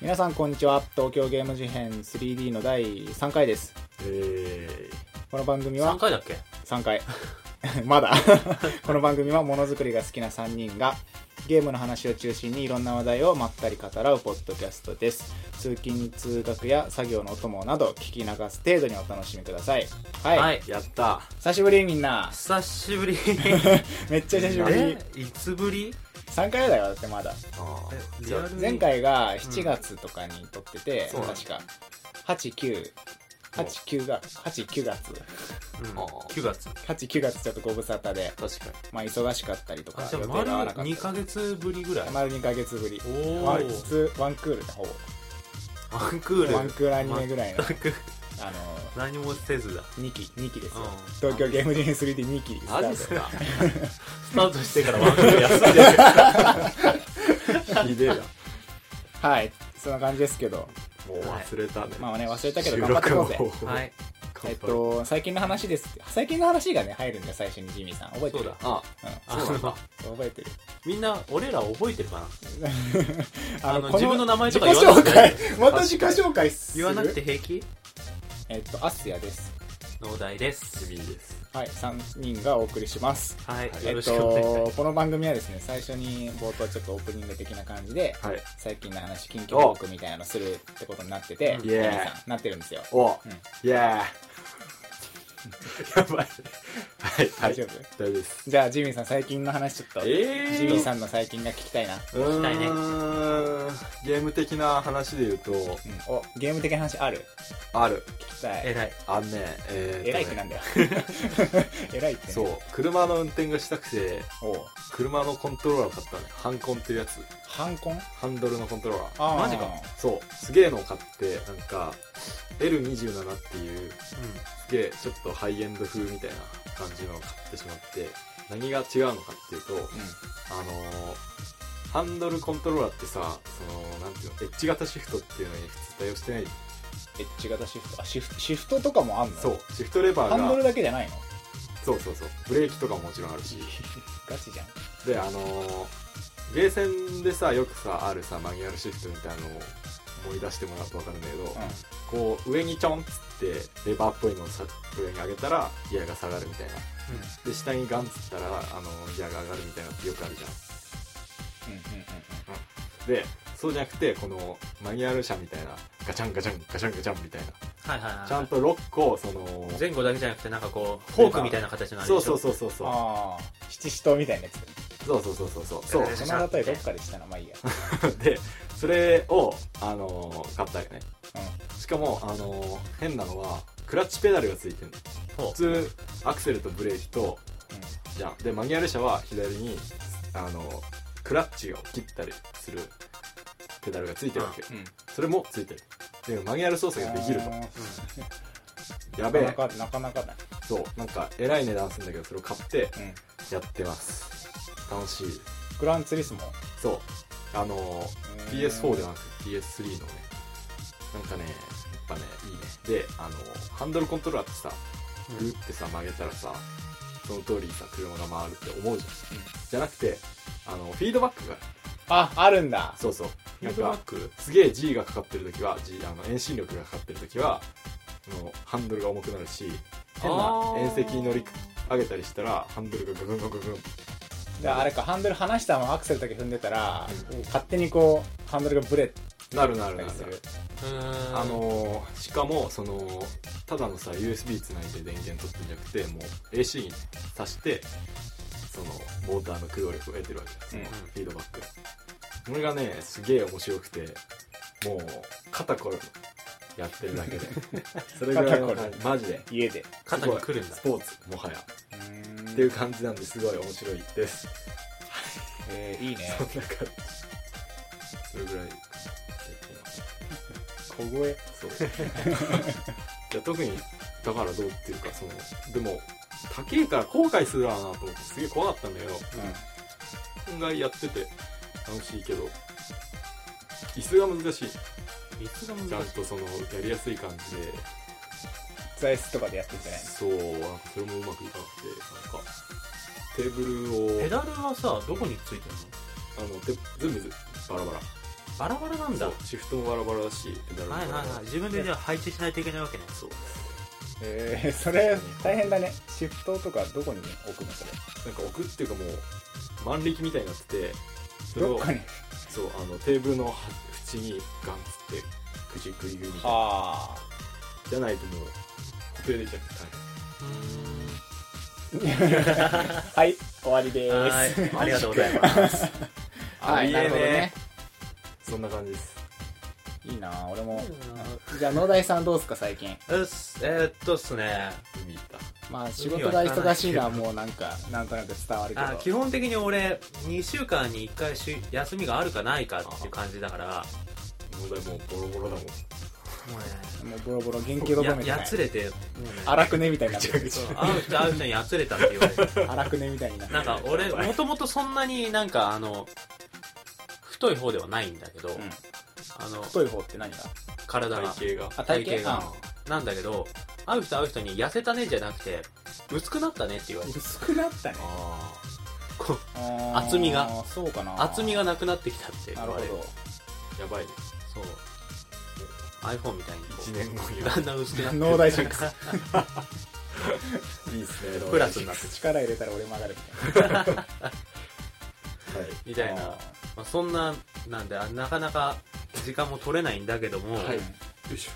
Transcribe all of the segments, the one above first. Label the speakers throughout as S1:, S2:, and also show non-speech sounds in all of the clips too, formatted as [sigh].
S1: 皆さんこんにちは東京ゲーム事変 3D の第3回です
S2: え
S1: この番組
S2: ー、3
S1: は
S2: 回だっけ
S1: 3回 [laughs] まだこの番組はものづくりが好きな3人がゲームの話を中心にいろんな話題をまったり語らうポッドキャストです通勤通学や作業のお供など聞き流す程度にお楽しみくださいはい、
S2: はい、やった
S1: 久しぶりみんな
S2: 久
S1: [laughs]
S2: しぶり
S1: めっちゃ久しぶり
S2: えいつぶり
S1: 3回だよだってまだ
S2: あー
S3: リアルに
S1: 前回が7月とかに撮ってて、
S2: うん
S1: 確か8989が89月
S3: うん
S2: あー
S3: 9月
S1: 89月ちょっとご無沙汰で、
S2: 確かに
S1: まあ、忙しかったりとか
S3: あ
S1: 予
S3: じゃあ
S1: 定
S3: 丸
S1: が合わなかっ
S3: 2
S1: た
S3: ヶ月ぶりぐらい
S1: 丸2ヶ月ぶり
S3: お
S1: ワ
S3: お
S1: ンツーワンクールだほぼ
S2: ワンクール
S1: ワンクールアニメぐらいの
S3: 全く
S1: あ
S3: 何もせず
S1: の
S3: だ
S1: 2期2期ですよ
S3: うん
S1: 東京ゲーム事変 3D2 期スタ
S2: マジっ
S1: ー
S2: す
S1: ト
S2: かスタートしてからワンクール休んでるんですか
S3: ひでえな
S1: はいそんな感じですけど
S3: もう忘れたね
S1: まあね忘れたけど頑張っていこうぜ
S3: 収録を
S2: はい
S3: 乾
S1: え
S3: 杯
S1: っと最近の話ですって最近の話がね入るんだよ最初にジミーさん覚えて
S3: そ
S1: る
S3: うだ
S2: あ
S1: う
S3: あ
S2: そうなんだ
S3: の
S1: ん、覚えてる
S3: みんな俺ら覚えてるかな [laughs] あ
S1: こ
S3: の自分の名前とか
S1: 自己
S3: 言わな
S1: 紹
S3: くて
S1: 介また自己紹介する
S3: 言わなくて平気
S1: えっとアスヤです
S3: 農大です
S2: 君です
S1: はい3人がお送りします
S3: はい
S2: はい
S1: え
S3: よ
S1: っ
S3: ろしくお願いしま
S1: とこの番組はですね最初に冒頭ちょっとオープニング的な感じで
S2: はい
S1: 最近の話近況報告みたいなのするってことになってて
S3: お
S2: イエーイ
S1: 皆さんなってるんですよう
S2: お、
S1: ん
S2: イエーイ [laughs] やばいはいは
S1: 大
S2: い
S1: 丈夫
S2: 大丈夫です
S1: じゃあジミーさん最近の話ちょっとジ
S2: えー
S1: ミーさんの最近が聞きたいな
S2: うー
S3: き
S2: ん
S3: たいね
S2: ゲーム的な話で言うと
S1: うんおゲーム的な話ある
S2: ある
S1: 聞きた
S3: すえ
S1: い
S3: らい
S2: あんねえー
S1: 偉いっ
S2: と
S1: て
S2: ね
S1: なんだよ [laughs] 偉いってね
S2: そう車の運転がしたくて
S1: おう
S2: 車のコントローラーを買ったねハンコンっていうやつ
S1: ハンコン
S2: ハンドルのコントローラー
S1: あー
S3: マジか
S2: そうすげえのを買ってなんか L27 っていうすげえちょっとハイエンド風みたいな感じのを買ってしまって何が違うのかっていうと
S1: う
S2: あのーハンドルコントローラーってさそのなんていうのエッジ型シフトっていうのに普通対応してない
S1: んエッジ型シフトあシフトシフトとかもあんの
S2: そうシフトレバ
S1: ハンド
S2: ー
S1: ル
S2: が
S1: だけじゃないの
S2: そうそうそうブレーキとかももちろんあるし
S1: ガチじゃん
S2: であのー、ゲーセンでさよくさあるさマニュアルシフトみたいなのを思い出してもらうと分かるんだけど、
S1: う
S2: こう上にちょんっつってレバーっぽいのをさ上に上げたらギアが下がるみたいなで下にガンっつったら、あのーギアが上がるみたいなのってよくあるじゃん
S1: んうんうんう
S2: でそうじゃなくてこのマニュアル車みたいなガチャンガチャンガチャンガチャンみたいな
S3: はいはいはい
S2: ちゃんと6個その
S3: 前後だけじゃなくてなんかこうフォークみたいな形のあれ
S2: そ
S3: で
S2: う
S3: し
S2: そ
S3: ょ
S2: うそうそうそ
S1: ん
S2: う
S1: ああ七支刀みたいなやつ
S2: そうそうそうそうそうそう
S3: え
S1: その例えどっかでしたなまあいいや、
S2: でそれをあのー買ったよね
S1: う
S2: しかも、あのー変なのはクラッチペダルがついてる
S3: ほう
S2: 普通アクセルとブレーキと
S1: んう
S2: じゃんでマニュアル車は左に、あのークラッチを切ったりするペダルがついてるわけよ、
S1: んうん
S2: それもついてるでマニュアル操作ができる
S1: あ
S2: とや
S1: ー
S2: べ
S1: な
S2: え
S1: かなかなかなかだ、
S2: そうなんかえらい値段するんだけどそれを買って
S1: うん、
S2: やってます楽しい
S1: グランツーリスモ
S2: そうあのー
S1: うん
S2: PS4 ではなく PS3 のねなんかねやっぱねいいねであのハンドルコントローラーってさグーってさ曲げたらさその通りにさ車が回るって思うじゃん、
S1: うん
S2: じゃなくてあのフィードバックが
S1: ああるんだ
S2: そうそう
S3: フィ
S2: なん
S3: ードバ
S2: か
S3: ック
S2: すげえ G がかかってる時は G あの遠心力がかかってる時はあのハンドルが重くなるし変な
S3: あー
S2: 遠石に乗り上げたりしたらハンドルがググンググングン
S1: じゃああれかハンドル離したままアクセルだけ踏んでたら、勝手にこうハンドルがブレ
S2: なるなる
S1: た
S2: なる
S1: りす
S2: なる
S1: る
S3: うーん
S2: あのーしかもそのただのさ USB つないで電源取ってんじゃなくてもう AC に挿してそのモーターの駆動力を得てるわけその
S1: うん
S2: フィードバック、これがねすげえ面白くてもう肩こるやってるだけでそれぐらいの
S1: 肩
S2: 感
S1: こ
S2: じマジで
S1: 家です
S3: 肩
S2: ごい
S3: に来るんだ
S2: スポーツもはやっ
S1: うーん
S2: ていう感じなんですごい面白いです、
S1: えーいいね
S2: そんな感じそれぐらい
S1: 小声
S2: そう [laughs] いや特にだからどうっていうかそのでも高えから後悔するわなと思ってすげえ怖かったんだけど案外やってて楽しいけど椅子が難しい
S3: いつが
S2: ちゃん
S3: 難しい
S2: とそのやりやすい感じで
S1: 座椅子とかでやってんじゃない
S2: そうなんかそれもうまくいかなくてなんかテーブルを
S3: ペダルはさどこについてるの
S2: あのて全部ずバラバラ
S3: バラバラなんだ
S2: そうシフトもバラバラだしペダルもバ
S3: はい
S2: ラ
S3: はい
S2: バラ
S3: はい自分でじゃあ配置しないといけないわけね
S2: そう
S1: えー、それ大変だねシフトとかどこに置くのそれ
S2: なんか置くっていうかもう万力みたいになっててそれ
S1: どっ
S2: を
S1: かに
S2: そうあのテーブルのは縁にガンつってくじくり組みたいな
S1: あ
S2: じゃないともう固定できちゃって大変
S1: はい終わりで
S3: は
S1: [laughs] ーす
S3: ーいありがとうござい
S2: [laughs]
S3: ます
S1: はいなるほどね
S2: そんな感じです
S1: いいなぁ俺もじゃあ野田井さんどうすか最近
S3: うっすえー、っとっすね
S2: 海行った
S1: まあ仕事が忙しいのはもうなんかなんとなく伝わるけど
S3: あ基本的に俺2週間に1回し休みがあるかないかっていう感じだから
S2: もうだもうボロボロだも
S3: もう
S2: ん
S3: ね
S1: もうボロボロ原型どこ
S3: や
S1: めて
S3: や
S1: ない
S3: つれてもうね
S1: 荒くねみたいになってる
S3: そう会う人会う人にやつれたって言われて
S1: 荒くねみたいになって
S3: な
S1: る
S3: んか俺もともとそんなになんかあの太い方ではないんだけど、
S1: ん
S3: あの
S1: 太い方って何が
S3: 体が
S2: 体型が
S1: あ体型
S3: 体なんだけど会う人会う人に痩せたねじゃなくて薄くなったねって言わ
S1: が
S3: れて
S1: 薄くなったね
S2: あ
S3: こう
S1: あー
S3: 厚みが
S1: そうかな
S3: 厚みがなくなってきたって
S1: な
S3: 言
S1: る
S3: わ
S1: ほ
S3: れる
S1: ど
S2: あやばいね
S3: そう iPhone みたいにこう
S2: 1年後に
S3: だんだん薄くなって
S1: 脳大シックス
S2: いいっす
S3: [laughs]
S2: ね
S3: プラスになって
S2: は
S1: 力入れたら俺曲がる
S3: み
S2: い
S1: みた
S3: た
S1: い
S3: い
S1: な
S3: なまあ、そんななんであなかなか時間も取れないんだけども、
S2: はい
S1: うん
S2: よいしょ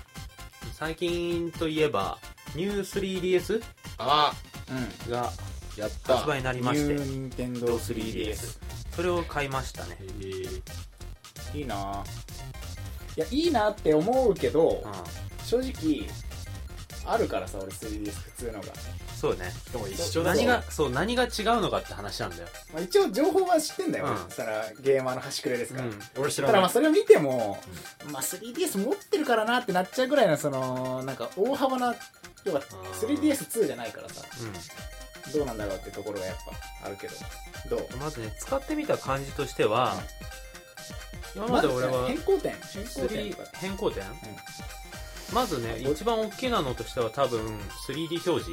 S3: 最近といえばニュー 3DS
S2: あ
S1: うん
S3: が
S2: あやっ
S3: 発売になりまして
S1: ニューニンテンドー 3DS
S3: それを買いましたね
S2: え、ー
S1: いいなぁいやいいなって思うけど
S3: うん、
S1: 正直あるからさ俺 3DS 普通のが、
S3: そうね
S2: しかも一
S1: そう
S2: 緒だ
S3: 何
S2: し
S3: がそう何が違うのかって話なんだよ、
S1: まあ、一応情報は知ってんだよ、
S3: うん
S1: そらゲーマーの端くれです
S3: う
S1: から、
S3: ん、
S2: 俺知
S1: た
S2: ら
S1: だ
S2: な
S1: ま
S2: い
S1: あそれを見ても、まあ、3DS 持ってるからなってなっちゃうぐらいのそのなんか大幅な要は 3DS2 じゃないからさどうなんだろうってところがやっぱあるけどどう
S3: うん、まずね使ってみた感じとしては、今まで
S1: ず
S3: 俺は
S1: 変更点変更点
S3: 3
S1: とか
S3: 変更点、まずね一番大きなのとしては多分 3D 表示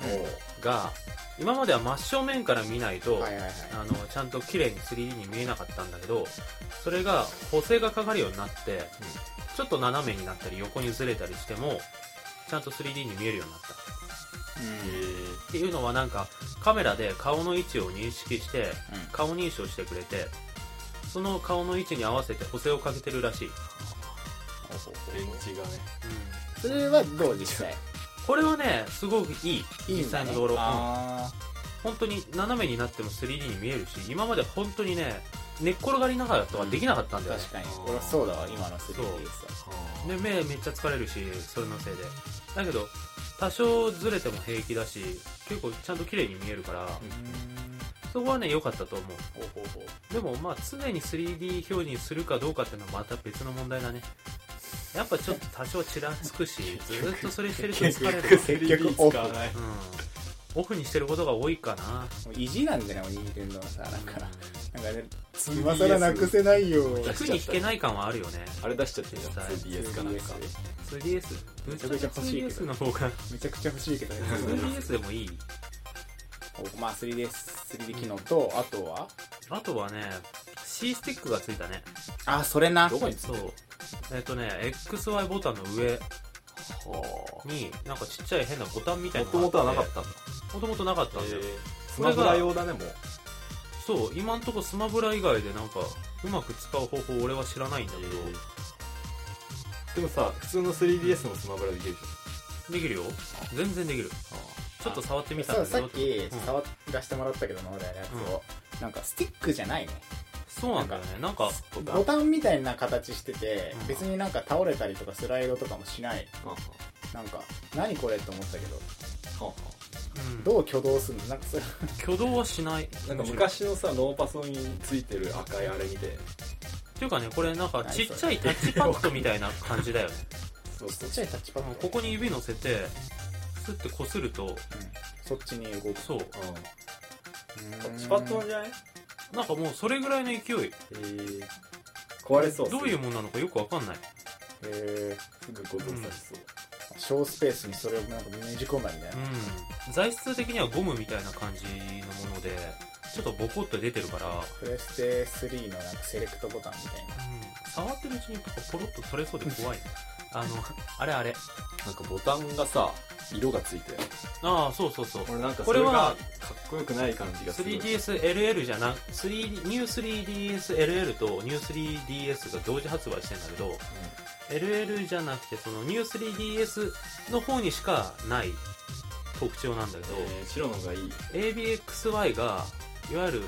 S1: うん
S3: が今までは真正面から見ないと、
S1: はいはいはい
S3: あのちゃんと綺麗に 3D に見えなかったんだけどそれが補正がかかるようになって、ちょっと斜めになったり横にずれたりしてもちゃんと 3D に見えるようになった
S2: えー
S3: っていうのはなんかカメラで顔の位置を認識して
S1: うん
S3: 顔認証してくれてその顔の位置に合わせて補正をかけてるらしい、
S2: 電池がね
S1: それはどう実際
S3: これはねすごくいい実際の道路、うん
S1: あ
S3: 本当に斜めになっても 3D に見えるし今まで本当にね寝っ転がりながらとかできなかったん
S1: あ
S3: だよね、
S1: 確かに俺はそうだわ今の 3DS は
S3: で目めっちゃ疲れるしそれのせいでだけど多少ずれても平気だし結構ちゃんと綺麗に見えるから、そこはね良かったと思う
S1: ほうほうほう
S3: でもまあ常に 3D 表示にするかどうかっていうのはまた別の問題だねやっぱちょっと多少ちらつく [laughs] しずーっとそれしてると疲れるわ
S1: 結局オフ
S2: 使わない
S3: うんオフにしてることが多いかな
S1: もう意地なんじゃないもう任天堂のさなんか
S3: う
S1: なんんかね今更なくせないよ
S3: 引くに引けない感はあるよね
S2: あれ出しちゃってんじゃん 2DS かなんか
S3: 3DS ぶっちゃけ 3DS の方が
S1: めちゃくちゃ欲しいけどね
S3: 3DS でもいい
S1: まあ 3DS 3D 機能とあとは
S3: あとはね C スティックがついたね
S1: あそれな
S2: どこに
S3: そうえっとね XY ボタンの上になんかちっちゃい変なボタンみたい
S2: も
S3: な
S2: ともとはなかったんだ
S3: たもともとなかったんだよ、
S2: スマブラ用だねもう
S3: そう今んとこスマブラ以外でなんかうまく使う方法俺は知らないんだけど、
S2: でもさ普通の 3DS もスマブラできるでし
S3: できるよ全然できる
S2: ょ
S3: ちょっと触ってみたん
S1: そ
S3: だ
S1: うさ
S3: けど
S1: っき
S3: うん
S1: 触らせてもらったけど脳台のやつをなんかスティックじゃないね
S3: そうなんだよねなんか
S2: ボタン
S1: ボタンみたいな形してて
S3: うん
S1: 別になんか倒れたりとかスライドとかもしない
S2: あ
S1: なんか何これと思ったけど
S3: うん
S1: どう挙動するのなんかそれ
S3: 挙動はしない
S2: なんか昔のさノーパソについてる赤いあれ見て
S3: っていうかねこれなんかちっちゃいタッチパッドみたいな感じだよね
S2: そう
S1: ちっちゃいタッチパッド
S3: ここに指乗せてスッてこすると
S1: うんそっちに動く
S3: そう
S2: う
S1: タ
S2: んチパッとなんじゃない
S3: なんかもうそれぐらいの勢い
S2: えー壊れそう
S3: どういう
S2: も
S3: もんなのかよくわかんない
S1: え
S2: すぐご存知しそう
S1: 小スペースにそれをなんかねじ込んだみたいな
S3: うん材質的にはゴムみたいな感じのものでちょっとボコッと出てるから、
S1: プレステ3のなんかセレクトボタンみたいな
S3: 触ってるうちになんかポロッと取れそうで怖い [laughs] ねあのあれあれ
S2: なんかボタンがさ色がついて
S3: ああそうそうそう
S2: 俺なん
S3: こ
S2: かそ
S3: れ
S2: れが
S3: は
S2: かっこよくない感じがする
S3: 3DSLL じゃな 3D ニュー 3DSLL とニュー 3DS が同時発売してんだけど LL じゃなくてそのニュー 3DS の方にしかない特徴なんだけど、
S2: えー白のがいい
S3: ABXY がいわゆる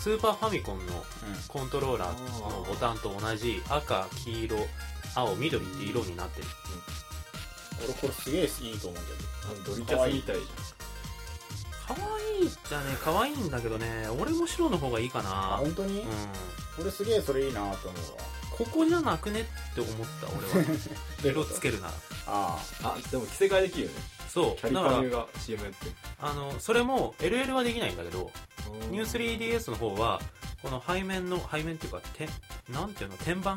S3: スーパーファミコンのコントローラーのボタンと同じ赤黄色青緑って色になってる
S1: 俺これすげえいいと思うけど
S2: ドリキャスみ
S1: い
S2: たいじ
S3: 可愛いじゃね可愛いんだけどね俺も白の方がいいか
S1: あ
S3: なうん
S1: 本当に、俺すげえそれいいなと思うわ
S3: ここじゃなくねって思った俺
S2: [laughs]
S3: は色つけるなら
S1: あ
S2: ゃんあでも着せ替えできるよね
S3: そ
S2: キャ
S3: う
S2: リ
S3: だ
S2: パ
S3: から
S2: ミュが CM やってる
S3: あのそれも LL はできないんだけどニュー 3DS の方はこの背面の背面っていうかてなんていうの天板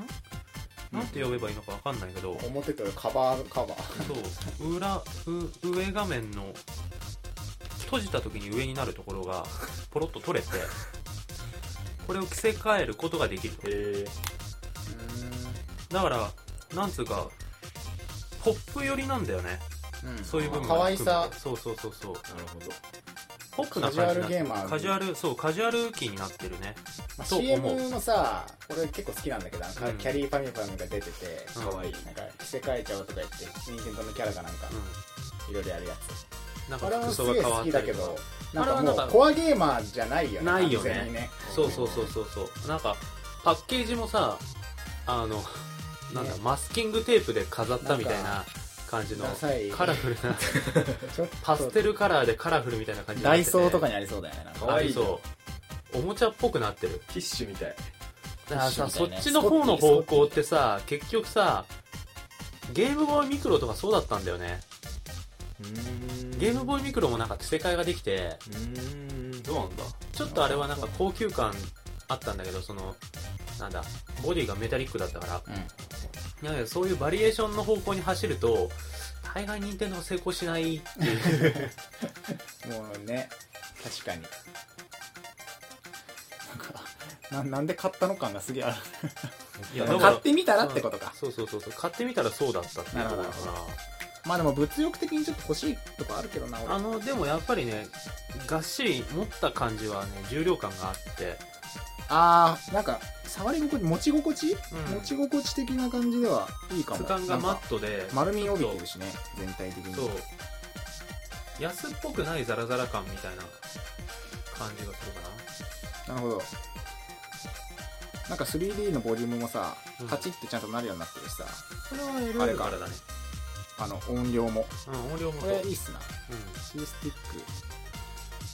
S3: なんて呼べばいいのかわかんないけど
S1: あ、表とカバーカバー
S3: そう裏う上画面の閉じた時に上になるところがポロッと取れてこれを着せ替えることができる
S2: へえ
S3: だからなんつうかポップ寄りなんだよね
S1: うん
S3: そういう部分
S1: 可
S3: が
S1: 愛さ
S3: そうそうそうそう
S2: なるほど
S3: ポップな感じになって
S1: カジュ
S3: る
S1: アルゲーマー
S3: カジュアルそうカジュアル機になってるね
S1: まあ
S3: そう思う
S1: CM もさ俺結構好きなんだけどなんか
S3: うん
S1: キャリーパミュパミュが出てて、
S3: うん
S2: かわいい
S1: なんか着せ替えちゃおうとか言って任天堂のキャラがなんか
S3: う
S1: いろいろやるや
S3: んなん
S1: つ、
S3: か
S1: あれは
S3: 服
S1: す
S3: 装が
S1: げえ
S3: 変わ
S1: 好
S3: っ
S1: き
S3: た
S1: だ
S3: り
S1: け
S3: とか
S1: どなんか
S3: あれは
S1: も
S3: なん
S1: う
S3: か
S1: コアゲーマーじゃないよね
S3: ないよね
S1: 完全にね
S3: そうそうそうそうそうなんかパッケージもさあのなんだ、
S1: ね
S3: マスキングテープで飾ったみた
S1: な
S3: いな感じの
S1: ダサい
S3: カラフルな
S1: ちょっと
S3: パステルカラーでカラフルみたいな感じになっ
S1: ダ
S3: て
S1: イ
S3: て
S1: ソーとかにありそうだよねなんか
S2: 可愛い
S3: あそうおもちゃっぽくなってる
S2: ティッシュみたい
S3: だから
S1: 一
S3: さ、
S1: 緒
S3: そ
S1: み
S3: った
S1: いね
S3: ちの方の方向ってさ結局さゲームボーイミクロとかそうだったんだよねゲームボーイミクロもなんか着せ替えができて
S2: うーんどうなんだ
S3: ちょっとあれはなんか高級感あったんだけどそのなんだボディがメタリックだったから
S1: うん
S3: なのでそういうバリエーションの方向に走ると大概任天堂は成功しないっていう
S1: もうね確かになんかななんで買ったの感がすげえある
S3: いや
S2: だから
S1: 買ってみたらってことか、
S3: そうそうそうそう買ってみたらそうだったっていうところだか
S1: まあでも物欲的にちょっと欲しいとかあるけどな
S3: らあ
S1: 俺
S3: のでもやっぱりねがっしり持った感じはね重量感があって
S1: あーなんか触り心地持ち心地、
S3: うん
S1: 持ち心地的な感じではいいかも
S3: 質感がマ
S1: なんか
S3: ットで
S1: 丸みを帯びてるしね全体的に
S3: そう安っぽくないザラザラ感みたいな感じがするか
S1: なるほどなんか 3D のボリュームもさ
S3: うん
S1: カチッてちゃんとなるようになってるしさ、
S3: なこれ
S1: あ
S3: は
S1: れ
S3: LL
S1: か
S3: からだね
S1: あの音量も
S3: うん音量も
S1: こ
S3: そう
S1: れいいっすな C スティック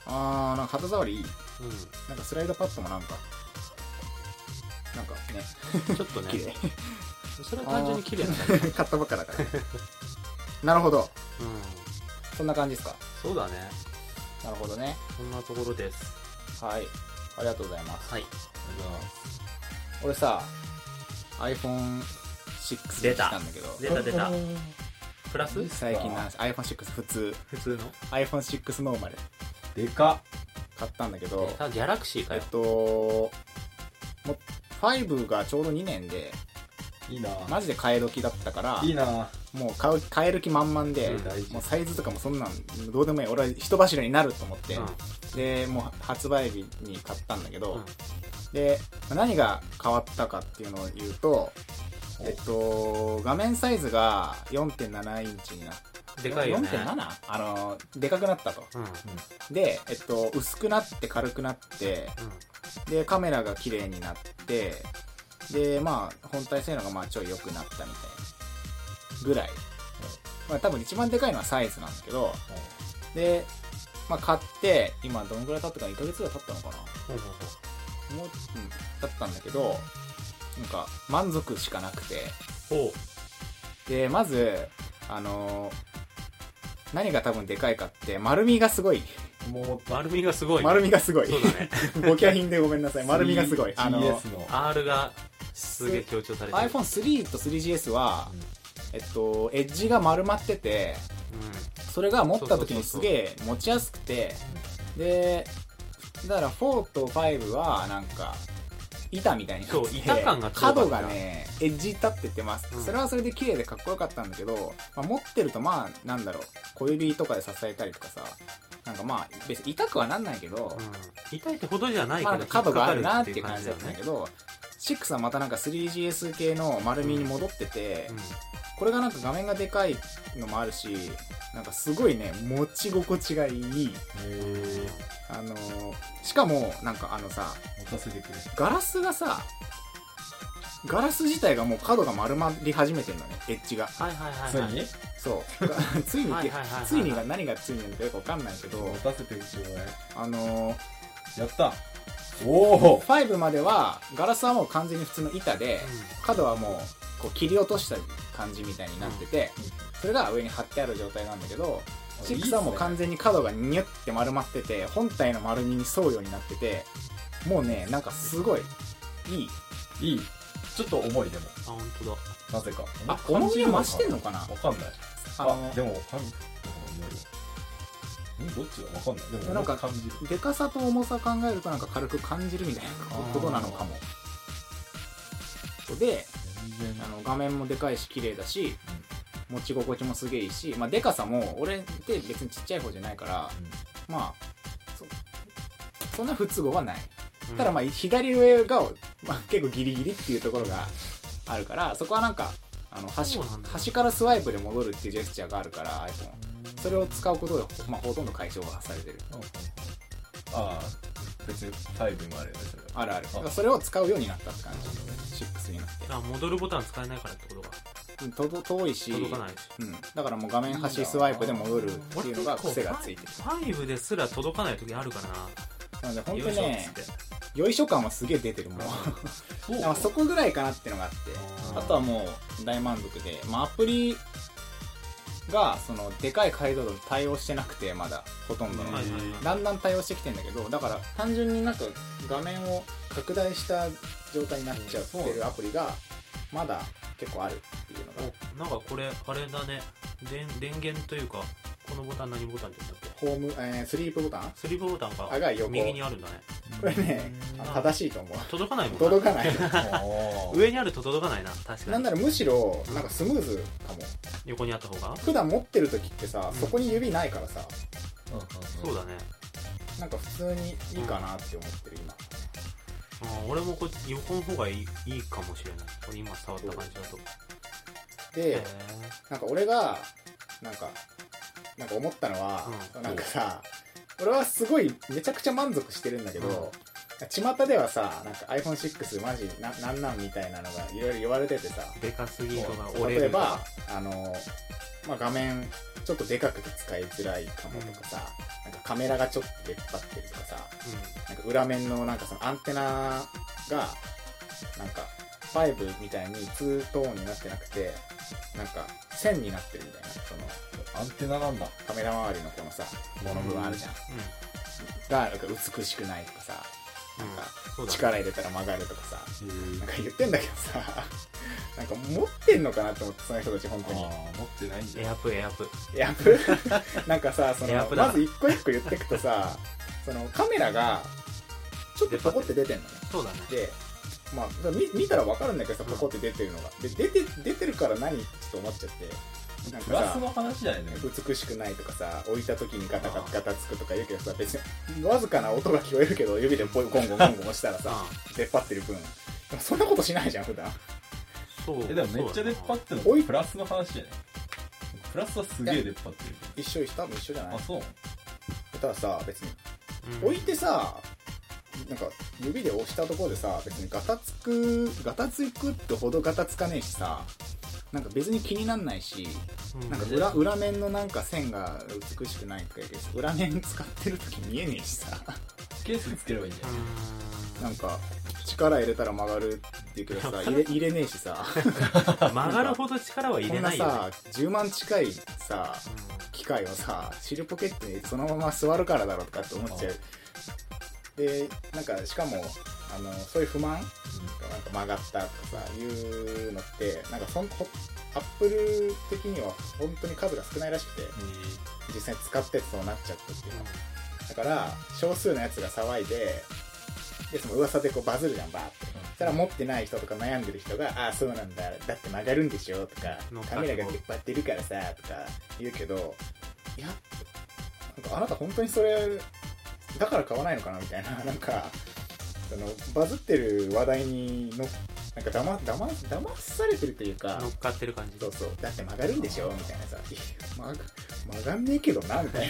S1: あーなんか肌触りいい
S3: うん、うん
S1: なんかスライドパッドもなんかなんかね
S3: ちょっとね
S1: 綺麗 [laughs]
S3: それは単純に綺麗なんだね
S1: 買ったばっかだ
S3: [laughs]
S1: から、なるほど
S3: うん
S1: そんな感じですか
S3: そうだね
S1: なるほどね
S3: そんなところです
S1: はいありがとうございます
S3: はい
S1: 俺さ iPhone6
S3: 出た
S1: にしたんだけど
S3: 出た出たプラス
S1: 最近なんです iPhone6 普通
S3: 普通の
S1: iPhone6 ノーマル
S2: でか
S1: 買ったんだけど
S3: たギャラクシーか
S1: え
S3: よ
S1: っともう5がちょうど2年で
S2: っいいな
S1: マジで買い時だったから
S2: いいな
S1: もう買う買える気満々で
S3: うん
S2: 大事
S1: もうサイズとかもそんなんどうでもいい俺は人柱になると思って、
S3: う
S1: でもう発売日に買ったんだけど、
S3: んうん
S1: で何が変わったかっていうのを言うとえっと画面サイズが4.7インチになっ
S3: でかいよね
S1: 4.7? あのでかくなったと
S3: うんうん
S1: で、えっと、薄くなって軽くなってでカメラが綺麗になってでまあ本体性能がまあちょい良くなったみたいなぐらい、まあ、多分一番でかいのはサイズなんだけどで、まあ、買って今どのぐらい経ったか1ヶ月ぐらい経ったのかな
S3: ほうほうほ
S1: もう、うん、だったんだけどなんか満足しかなくて
S3: うほ
S1: でまずあのー何が多分でかいかって丸みがすごい
S2: も
S3: う丸みがすごい
S1: 丸みがすごい
S3: そうだね
S1: ボキャ品でごめんなさ
S2: う
S1: い丸みがす
S3: [laughs]
S1: ごいあ
S2: あの
S1: の
S2: GS の
S3: R がすげえ強調されてる
S1: iPhone3 と 3GS は
S2: うん、
S1: えっと、エッジが丸まっててそれが持った時にすげえ持ちやすくてでだから4と5はなんか板みたいになってて
S3: そう板感が強かった
S1: 角がねエッジ立ってってます、
S3: うん
S1: それはそれで綺麗でかっこよかったんだけど、まあ、持ってるとまあなんだろう小指とかで支えたりとかさなんかまあ別に痛くはなんないけど、
S3: うん、痛いってほどじゃない
S1: まあな
S3: か
S1: ん
S3: ら引
S1: か
S3: っか
S1: 角があ
S3: かる
S1: るなっていう
S3: 感
S1: 感
S3: じ
S1: じ
S3: だ
S1: だ
S3: よ
S1: ったんだ
S3: ね
S1: けど、6はまたなんか 3GS 系の丸みに戻ってて、
S3: うん
S1: これがなんか画面がでかいのもあるしなんかすごいね持ち心地がいいあのーしかもなんかあのさ
S4: 持たせてくれ
S1: ガラスがさガラス自体がもう角が丸まり始めてるのねエッジが
S3: はいはいはい
S4: つい
S3: はい
S4: に
S1: そう
S3: [laughs]
S1: ついにっ
S3: はい
S1: て
S3: はいはいはい
S1: ついにが何がついになのかよくわかんないけど
S4: 持たせてちょうだい
S1: あのー
S4: やったおお
S1: 5まではガラスはもう完全に普通の板で角はもうこう切り落とした感じみたいになってて
S4: うん
S1: それが上に貼ってある状態なんだけど6はもう完全に角がニュッて丸まってて本体の丸みに沿うようになっててもうねなんかすごいいい
S4: いいちょっと重いでも
S3: あ本当だ
S4: なぜか
S1: あ重みが増してんのかな
S4: わかんない
S1: あ
S4: あ
S1: の
S4: でもかんうんどっちだわかんないで
S1: でも
S4: も
S1: なんか
S4: 感じる
S1: でかさと重さ考えるとなんか軽く感じるみたいなことなのかもで
S4: 全然
S1: あの画面もでかいし綺麗だし持ち心地もすげえいいし、まあ、でかさも俺って別にちっちゃい方じゃないからまあそそんな不都合はないただまあ左上が、まあ、結構ギリギリっていうところがあるからそこはなんかあの端
S3: そうなんだ
S1: 端からスワイプで戻るっていうジェスチャーがあるから iPhone それを使うことで、まあ、ほとんど解消がされてる
S4: ああ別にタイプもあるよねそれは
S1: あるあるだからそれを使うようになったって感じ6になっ
S3: あ戻るボタン使えないからってことが
S1: てとと遠いし
S3: 届かないし
S1: うん、だからもう画面端スワイプで戻るっていうのが癖がついてる
S3: 5ですら届かない時あるから
S1: なので本
S3: な
S1: 当に
S3: よいしょっつ
S1: ね
S3: って
S1: よいしょ感はすげえ出てるもう [laughs]
S4: そ
S1: だからそこぐらいかなってのがあってあとはもう大満足で、まあ、アプリがそのでかい解像度に対応してなくてまだほとんどの、
S3: はいはいはい
S1: だんだん対応してきてんだけどだから単純になんか画面を拡大した状態になっちゃってるアプリがまだ結構あるっていうのが
S3: おなんかこれあれだね電電源というかこのボタン何ボタンって言うんだっけ
S1: ホーム、えースリープボタン [laughs]
S3: スリーブボタン
S1: あが
S3: が
S1: 横
S3: 右にあるんだね
S1: これねあの正しいと思う
S3: 届かないもんな
S1: 届か [laughs] ない
S3: 上にあると届かないな確か
S1: なん
S3: に
S1: ならむしろなんかスムーズかも
S3: 横にあった方が
S1: 普段持ってる時ってさ
S3: うん
S1: そこに指ないからさ
S3: そうだね
S1: なんか普通にいいかなって思ってる今
S3: あ俺もこっち横の方がいいいいかもしれないこれ今触った感じだとへ
S1: で
S3: え
S1: なんか俺がなんかなんか思ったのは
S3: うん
S1: なんかさ俺はすごいめちゃくちゃ満足してるんだけど巷ではさなんか iPhone6 マジななんなんみたいなのがいろいろ言われててさ
S3: でかすぎとか折れ
S1: 例え
S3: ると
S1: ば
S3: か
S1: あの、まあ、画面ちょっとでかくて使いづらいかもとかさ、なんかカメラがちょっと出っ張ってるとかさなんか裏面のなんかそのアンテナがなんか5みたいに2トーンになってなくてなんか線になってるみたいなその
S4: アンテナなんだ
S1: カメラ周りのこのさこの部分あるじゃん、
S3: うんうん
S1: がなんか美しくないとかさ
S3: うん
S1: なんか
S3: そうだね
S1: 力入れたら曲がるとかさなんか言ってんだけどさ [laughs] なんか持ってんのかなって思ってその人たち本当に
S4: ああ持ってないんだ
S3: エアプエアプ
S1: エアプ [laughs] なんかさそ
S3: エア
S1: の
S3: プだ
S1: まず一個一個言ってくとさそのカメラがちょっとポコって出てんのね
S3: そうだね
S1: でまあ見見たら分かるんだけどさポコって出てるのがで出て出てるから何ちょっと思っちゃってなん
S4: プ
S1: か
S4: ラス
S1: さ
S4: の話じゃないのよ
S1: 美しくないとかさ置いた時にガタガタガタつくとか言うけどさ別にわずかな音が聞こえるけど指でポイゴンゴンゴンゴン押したらさ
S3: あ
S1: 出っ張ってる分でもそんなことしないじゃん普段
S3: そう
S4: えでもめっちゃ出っ張ってるのプラスの話じゃないプラスはすげえ出っ張ってる
S1: 一緒多分一緒じゃない
S4: あそう
S1: たださ別に
S3: うん
S1: 置いてさなんか指で押したところでさ別にガタつくガタつくってほどガタつかねえしさなんか別に気になんないし
S3: うん
S1: なんか裏裏面のなんか線が美しくないとか言うけど裏面使ってる時見えねえしさ [laughs]
S4: ケースつければいいんじゃ
S3: う
S4: ない
S3: ん
S1: なんか力入れたら曲がるっていうけどさ入れ入れねえしさ
S3: 曲がるほど力は入
S1: こ
S3: れ
S1: んな
S3: ないよ、ね、
S1: さ10万近いさ機械をさ汁ポケットにそのまま座るからだろうとかって思っちゃうでなんかしかもあのそういう不満なんか曲がったとかさいうのってなんかそんほアップル的には本当に数が少ないらしくて
S3: うん
S1: 実際に使ってそうなっちゃったっていうのだから少数のやつが騒いででその噂でこうバズるじゃんバーってそしたら持ってない人とか悩んでる人が「ああそうなんだだって曲がるんでしょ」とか
S3: 乗
S1: 「
S3: っかって
S1: カメラが出っ張ってるからさ」とか言うけどいやなんかあなた本当にそれだから買わないのかなみたいな [laughs] なんかそのバズってる話題にのなんかだまだま騙されてるというか
S3: 乗っかってる感じ
S1: そうそうだって曲がるんでしょみたいなさいや曲が曲がんねえけどなみたい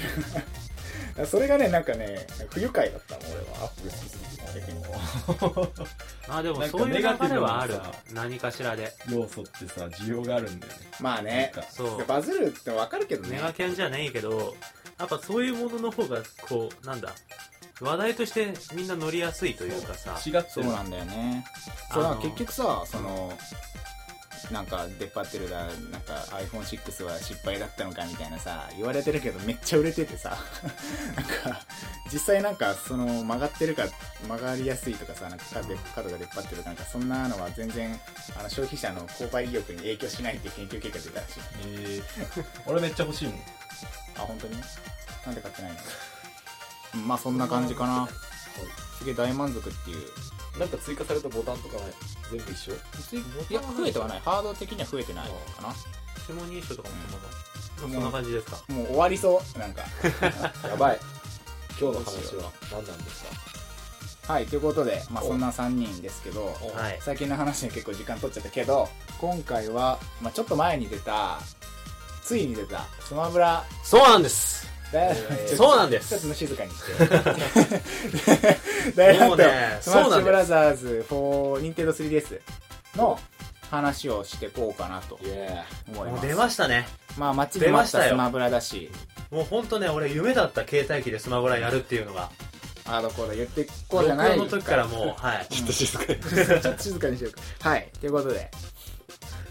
S1: な [laughs] それがねなんかね不愉快だったの俺はアップル好きすぎて逆に
S3: まあでも
S4: なんか
S3: そういう
S4: ネガティ
S3: 流
S4: ブな
S3: れはある
S4: さ
S3: 何かしらで
S4: [laughs] 要素ってさ需要があるんだよね
S1: まあね
S4: なんか
S3: そう
S1: バズるってわかるけどね
S3: ネガキャンじゃないけどやっぱそういうものの方がこうなんだ話題としてみんな乗りやすいというかさ
S4: 違って
S1: そう
S4: る
S1: なんだよね
S3: あ
S1: そう
S3: の
S1: なんか結局さそのなんか出っ張ってるだなんか iPhone6 は失敗だったのかみたいなさ言われてるけどめっちゃ売れててさ [laughs] なんか実際なんかその曲がってるか曲がりやすいとかさなんか角角が出っ張ってるかなんかそんなのは全然あの消費者の購買意欲に影響しないっていう研究結果出たらしい
S4: えー、俺めっちゃ欲しいもん
S1: あ本当になんで買ってない [laughs] のまあそんな感じかなすげえ大満足っていう
S2: なんか追加されたボタンとかは全部一緒
S1: いや増えてはないハード的には増えてないかな
S3: 指紋認証とかもそ
S1: うん
S3: んなもんそんな感じですか
S1: もう終わりそうなんか
S2: やばい今日の話は何なんですか
S1: はいということで、まあ、
S2: お
S1: そんな3人ですけど
S2: お
S3: はい
S1: 最近の話に結構時間取っちゃったけど今回は、まあ、ちょっと前に出たついに出たスマブラ
S3: そうなんです
S1: ダイ
S2: えー
S1: ちょっと
S3: そうなんで
S1: ちょっと
S3: す
S1: ね静かに
S3: [laughs]
S1: してダイヤモンド、
S3: もうね
S1: スマ
S3: そう
S1: ッ
S3: な
S1: シュ
S3: んです
S1: ブラザーズ4任天堂 3DS の話をしてこうかなと
S2: イエ
S1: 思い
S3: も
S1: ま
S3: う
S1: す
S3: 出ましたね
S1: まあ待ちに待っ
S3: 出ました
S1: た
S3: よ
S1: スマブラだし
S3: もうほんとね俺夢だった携帯機でスマブラやるっていうのが
S1: ああどこうだ言ってこう
S3: 高
S1: じゃない
S3: の時からもうはい
S2: ーちょっと静かに
S1: [laughs] ちょっと静かにしようか。はい。ということで、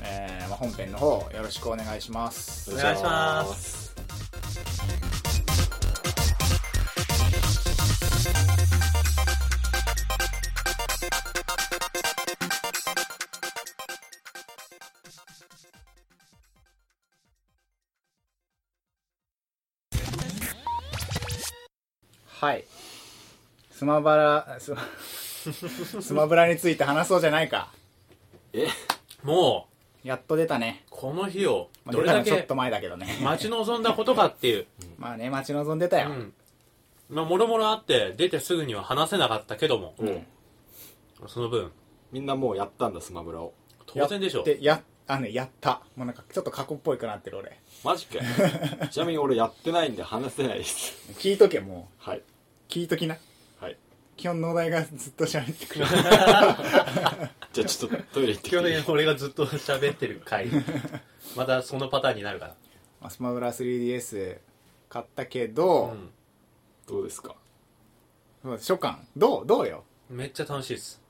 S1: えーまあ、本編の方、よろしくお願いします
S3: お。願いします
S1: はい。スマブラ、スマ [laughs] スマブラについて話そうじゃないか。
S2: え
S3: もう
S1: やっと出たね。
S3: この日を
S1: まあ
S3: どれだ
S1: 出たのちょっ
S3: け
S1: と前だけどね。
S3: 待ち望んだことかっていう
S1: まあね、待ち望んでたよ。
S3: うんまあもろもろあって出てすぐには話せなかったけども、
S2: うん
S3: その分
S2: みんなもうやったんだスマブラを
S3: 当然でしょ
S1: で、や、あのね、やった。もうなんか、ちょっと過去っぽいくなってる俺。
S2: マジかよちなみに俺やってないんで話せないです
S1: 聞いとけ、もう。
S2: はい
S1: 聞いときな。
S2: はい
S1: 基本、農大がずっと喋って
S3: [laughs]
S1: くる。
S2: じゃあちょっとトイレ行ってき
S3: 去
S2: て
S3: 年俺がずっと喋ってる
S1: [laughs]
S3: 回またそのパターンになるから
S1: まあスマブラ 3DS 買ったけど、
S2: どうですか
S1: そう初感、どうどうよ
S3: めっちゃ楽しいです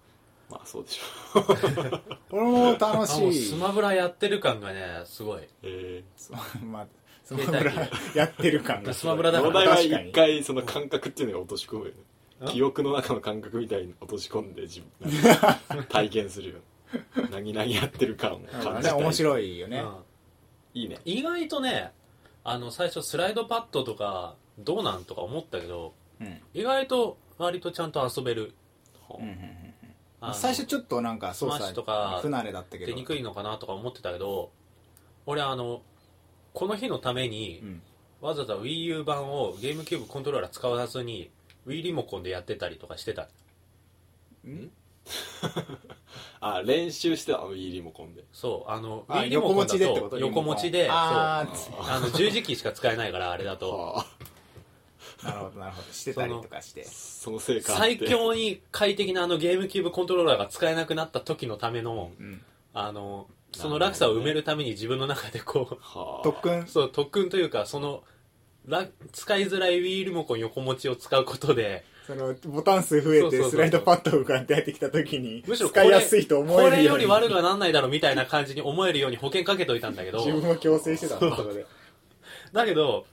S2: まあそうでしょう
S1: 俺も楽
S3: あもう
S1: し
S3: ス
S1: い。
S3: マブラやってる感がねすごい
S2: え
S1: そう [laughs] まあ、スマブラやってる感がす
S3: ス
S1: ごい。
S3: マブラ
S2: ー、
S3: だか
S2: 農
S3: ら
S2: 大は
S1: 確かに
S2: 一回その感覚っていうのが落とし込むよ
S3: ん
S2: ね記憶の中の感覚みたいに落とし込んで自分体験するよ何々やってる感を
S1: だから
S2: 感じ
S1: ね、
S2: たい
S1: 面白いよね。
S3: うん
S2: いいね
S3: 意外とねあの最初スライドパッドとかどうなんとか思ったけど
S1: うん。
S3: 意外と割とちゃんと遊べる
S1: うんうん
S3: あの
S1: 最初ちょっとなんか操
S3: スマッシ
S1: 作
S3: ュとか
S1: 不慣れだったけ
S3: 出
S1: ど。
S3: にくいのかなとか思ってたけど俺あのこの日のために、
S1: うん
S3: わざわざ WiiU 版をゲームキューブコントローラー使わずに Wii リモコンでやってたりとかしてた
S2: あ練習してたあのいいリモコンで
S3: そうあの
S1: あ
S3: Wii リモコ
S1: 横持
S3: ンだ
S1: ちでってこと
S3: と横持ちでそうあ
S1: あー
S3: の十字キーしか使えないからあれだと
S2: はあ
S1: なるほど、なるほど。してたりとかして。
S2: その成果あって
S3: 最強に快適なあのゲームキューブコントローラーが使えなくなった時のための
S1: うん。
S3: あのその落差を埋めるために自分の中でこう
S2: はあ
S1: 特訓。 [laughs]
S3: そう特訓というかそのら使いづらい Wii リモコン横持ちを使うことで
S1: その、ボタン数増え
S3: そうそうそ
S1: て、
S3: うそう
S1: スライドパッドが出てきた時に、
S3: むしろこ
S1: 使い
S3: れ
S1: やすいと思え
S3: こ
S1: る
S3: れ
S1: よ
S3: よ
S1: うに
S3: り。悪くはなんないだろうみたいな感じに思えるように保険かけといたんだけど
S1: 自分を強制してたんだ、そこで。
S3: だけど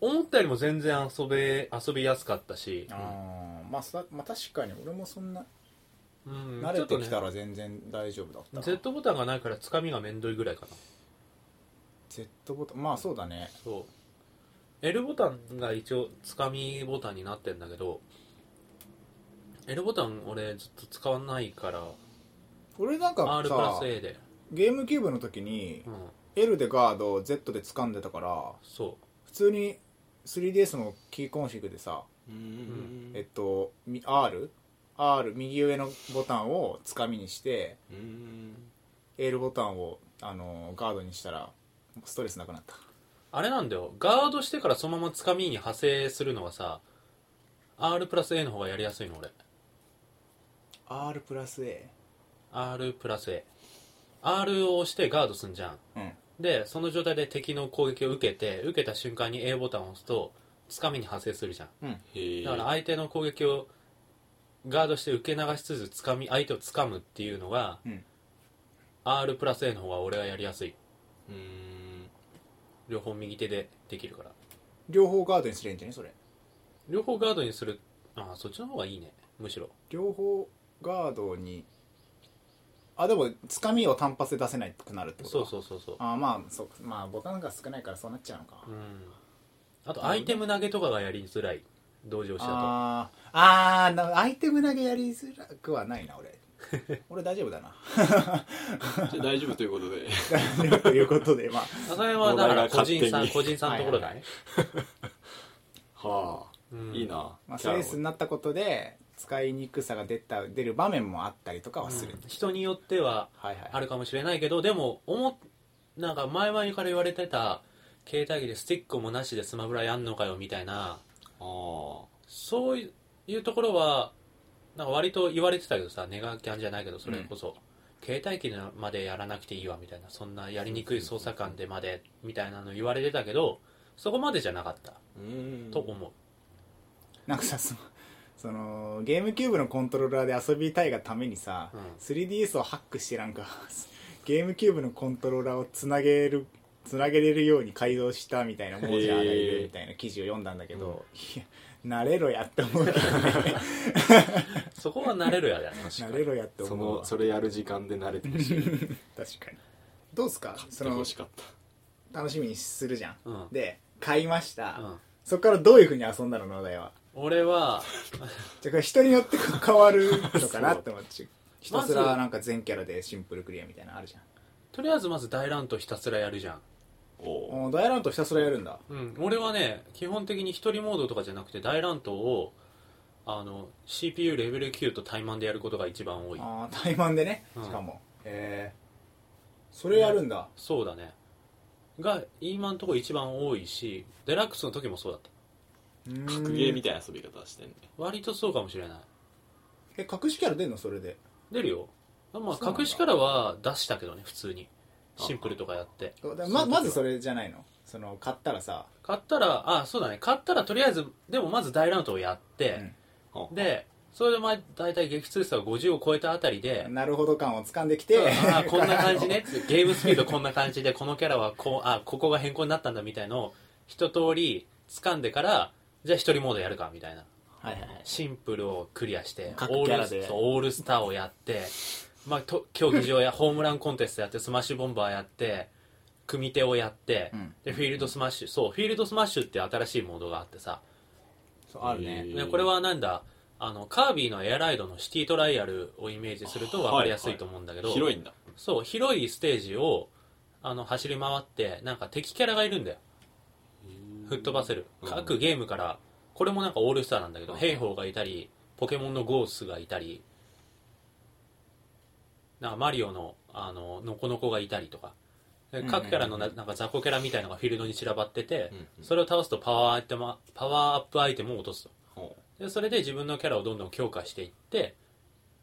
S3: 思ったよりも全然遊べ遊びやすかったし、
S1: あーまあ、さまあ確かに俺もそんな、
S3: うん
S1: 慣れてき
S3: ちょ
S1: た
S3: っ
S1: ら全然大丈夫だった
S3: とね
S1: な。
S3: Z ボタンがないからつかみがめんどいぐらいかな
S1: Z ボタン、まあそうだね。
S3: そう L ボタンが一応つかみボタンになってんだけど L ボタン俺ずっと使わないから
S1: 俺なんか
S3: R プラ
S1: さ
S3: ス A で、
S1: ゲームキューブの時に
S3: うん、
S1: L でガード Z で掴んでたから
S3: そ
S1: 普通に 3DS のキーコンフィグでさ、
S2: うん
S1: えっとみ R? R 右上のボタンをつかみにして
S2: うん
S1: L ボタンをあのガードにしたらストレスなくなった
S3: うあれなんだよガードしてからそのままつかみに派生するのはさ R プラス A の方がやりやすいの俺
S1: R プラス A
S3: R プラス AR を押してガードすんじゃん
S1: うん
S3: でその状態で敵の攻撃を受けて受けた瞬間に A ボタンを押すとつかみに派生するじゃん
S2: へえ
S3: だから相手の攻撃をガードして受け流しつつ掴み相手を掴むっていうのが、
S1: うん
S3: R プラス A の方が俺はやりやすい
S2: うん
S3: 両方右手でできるから
S1: 両方ガードにすりゃいいんじゃないそれ
S3: 両方ガードにするああそっちの方がいいねむしろ
S1: 両方ガードにあでもつかみを単発で出せないくなるってこと
S3: そう
S1: う
S3: そうそうそう
S1: あーまあそうまあボタンが少ないからそうなっちゃうのか、
S3: うんあとアイテム投げとかがやりづらい同情しだ
S1: あーあーなアイテム投げやりづらくはないな俺
S3: [laughs]
S1: 俺大丈夫だな
S2: じゃあ大丈夫ということ
S3: [laughs]
S2: で
S1: ということでまあ
S3: とそれはだから
S2: お前が
S3: 個
S2: 勝手
S3: 人
S2: に
S3: 差個人差のところだね
S2: はあ
S3: うん
S2: いいな
S1: まあ、
S2: キ
S1: セ
S2: ャラ
S1: ー
S2: を
S1: スになったことで使いにくさが出た出る場面もあったりとか
S3: う
S1: は
S3: ん
S1: する、
S3: 人によっては
S1: はいはい
S3: あるかもしれないけどでも思っなんか前々から言われてた携帯機でスティックもなしでスマブラやんのかよみたいな
S2: あ
S3: そういうところはなんか割と言われてたけどさネガキャンじゃないけどそれこそ、携帯機までやらなくていいわみたいなそんなやりにくい操作感でまでみたいなの言われてたけどそこまでじゃなかった
S2: あうん
S3: と思う、
S1: なんかさそのそのゲームキューブのコントローラーで遊びたいがためにさ、
S3: うん
S1: 3DS をハックしてなんか [laughs] ゲームキューブのコントローラーをつなげるつなげれるように改造したみたいな文字が上がるみたいな記事を読んだんだけど、いや慣れろやって思うけどね
S3: そこは慣れるやだよね
S1: 慣れろやって
S2: そ
S1: 思うわ
S2: のそれやる時間で慣れてほしい
S1: 確かにどうすかその
S2: 欲しかった
S1: 楽しみにするじゃん、
S3: うん
S1: で買いました、
S3: うん、
S1: そこからどういうふうに遊んだの野田は
S3: 俺は
S1: じゃあこれ人によって変わるのかなって思ってひたすらなんか全キャラでシンプルクリアみたいなのあるじゃん
S3: とりあえずまず大乱闘ひたすらやるじゃん
S2: おお
S1: おー大乱闘ひたすらやるんだ
S3: うん、俺はね基本的に一人モードとかじゃなくて大乱闘をあの CPU レベル9と怠慢でやることが一番多い
S1: ああ怠慢でね
S3: うん
S1: しかも、へえそれやるんだ、
S3: そうだねが今んとこ一番多いしデラックスの時もそうだった
S2: 格ゲーみ
S1: たい
S2: たいな遊び方してんね
S3: 割とそうかもしれない
S1: え隠しキャラ出んのそれで
S3: 出るよ
S1: そ
S3: ま
S1: うなん
S3: あ
S1: だ
S3: 隠しからは出したけどね普通にシンプルとかやって
S1: ままずそれじゃないのその買ったらさ
S3: 買ったらあそうだね買ったらとりあえずでもまず大乱闘をやって、
S2: うん
S3: でそれでまあ大体激痛差が50を超えたあたりで、
S1: なるほど感を掴んできて
S3: ああ
S1: [laughs]
S3: こんな感じねっつってゲームスピードこんな感じでこのキャラはこうあここが変更になったんだみたいのを一通り掴んでからじゃあ一人モードやるかみたいな
S1: はいはいはい
S3: シンプルをクリアして
S1: 各
S3: オ
S1: キャラ
S3: ー
S1: で
S3: ルそうオールスターをやって、まあ、と競技場や
S1: [laughs]
S3: ホームランコンテストやってスマッシュボンバーやって組手をやって、
S1: うん
S3: でフィールドスマッシュそうフィールドスマッシュっていう新しいモードがあってさ
S1: そうあるね、
S2: へえ
S3: でこれはなんだあのカービィのエアライドのシティトライアルをイメージすると分かりやすいと思うんだけど、
S2: 広いんだ
S3: そう広いステージをあの走り回ってなんか敵キャラがいるんだよ吹っ飛ばせる
S2: うん
S3: 各ゲームからこれもなんかオールスターなんだけど
S2: うん
S3: 兵法がいたりポケモンのゴースがいたりなんかマリオのあのノコノコがいたりとかで
S1: うんうんうん
S3: 各キャラのななんか雑魚キャラみたいのがフィールドに散らばってて
S2: うんうん
S3: それを倒すとパワーアイテムパワーアップアイテムを落とすと
S2: ほう
S3: でそれで自分のキャラをどんどん強化していって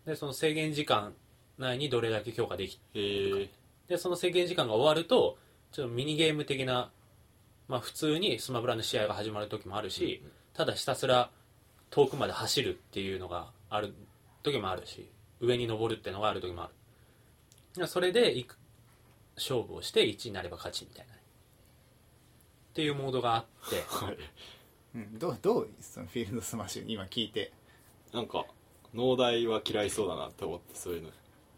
S3: でその制限時間内にどれだけ強化でき
S2: へえ
S3: でその制限時間が終わるとちょっとミニゲーム的な、まあ、普通にスマブラの試合が始まる時もあるし、ただひたすら遠くまで走るっていうのがある時もあるし上に登るってのがある時もあるそれでいく勝負をして1になれば勝ちみたいなねっていうモードがあって
S2: [laughs] はい
S1: うん、どうどうそのフィールドスマッシュ今聞いて
S2: なんか農大は嫌いそうだなって思ってそういうの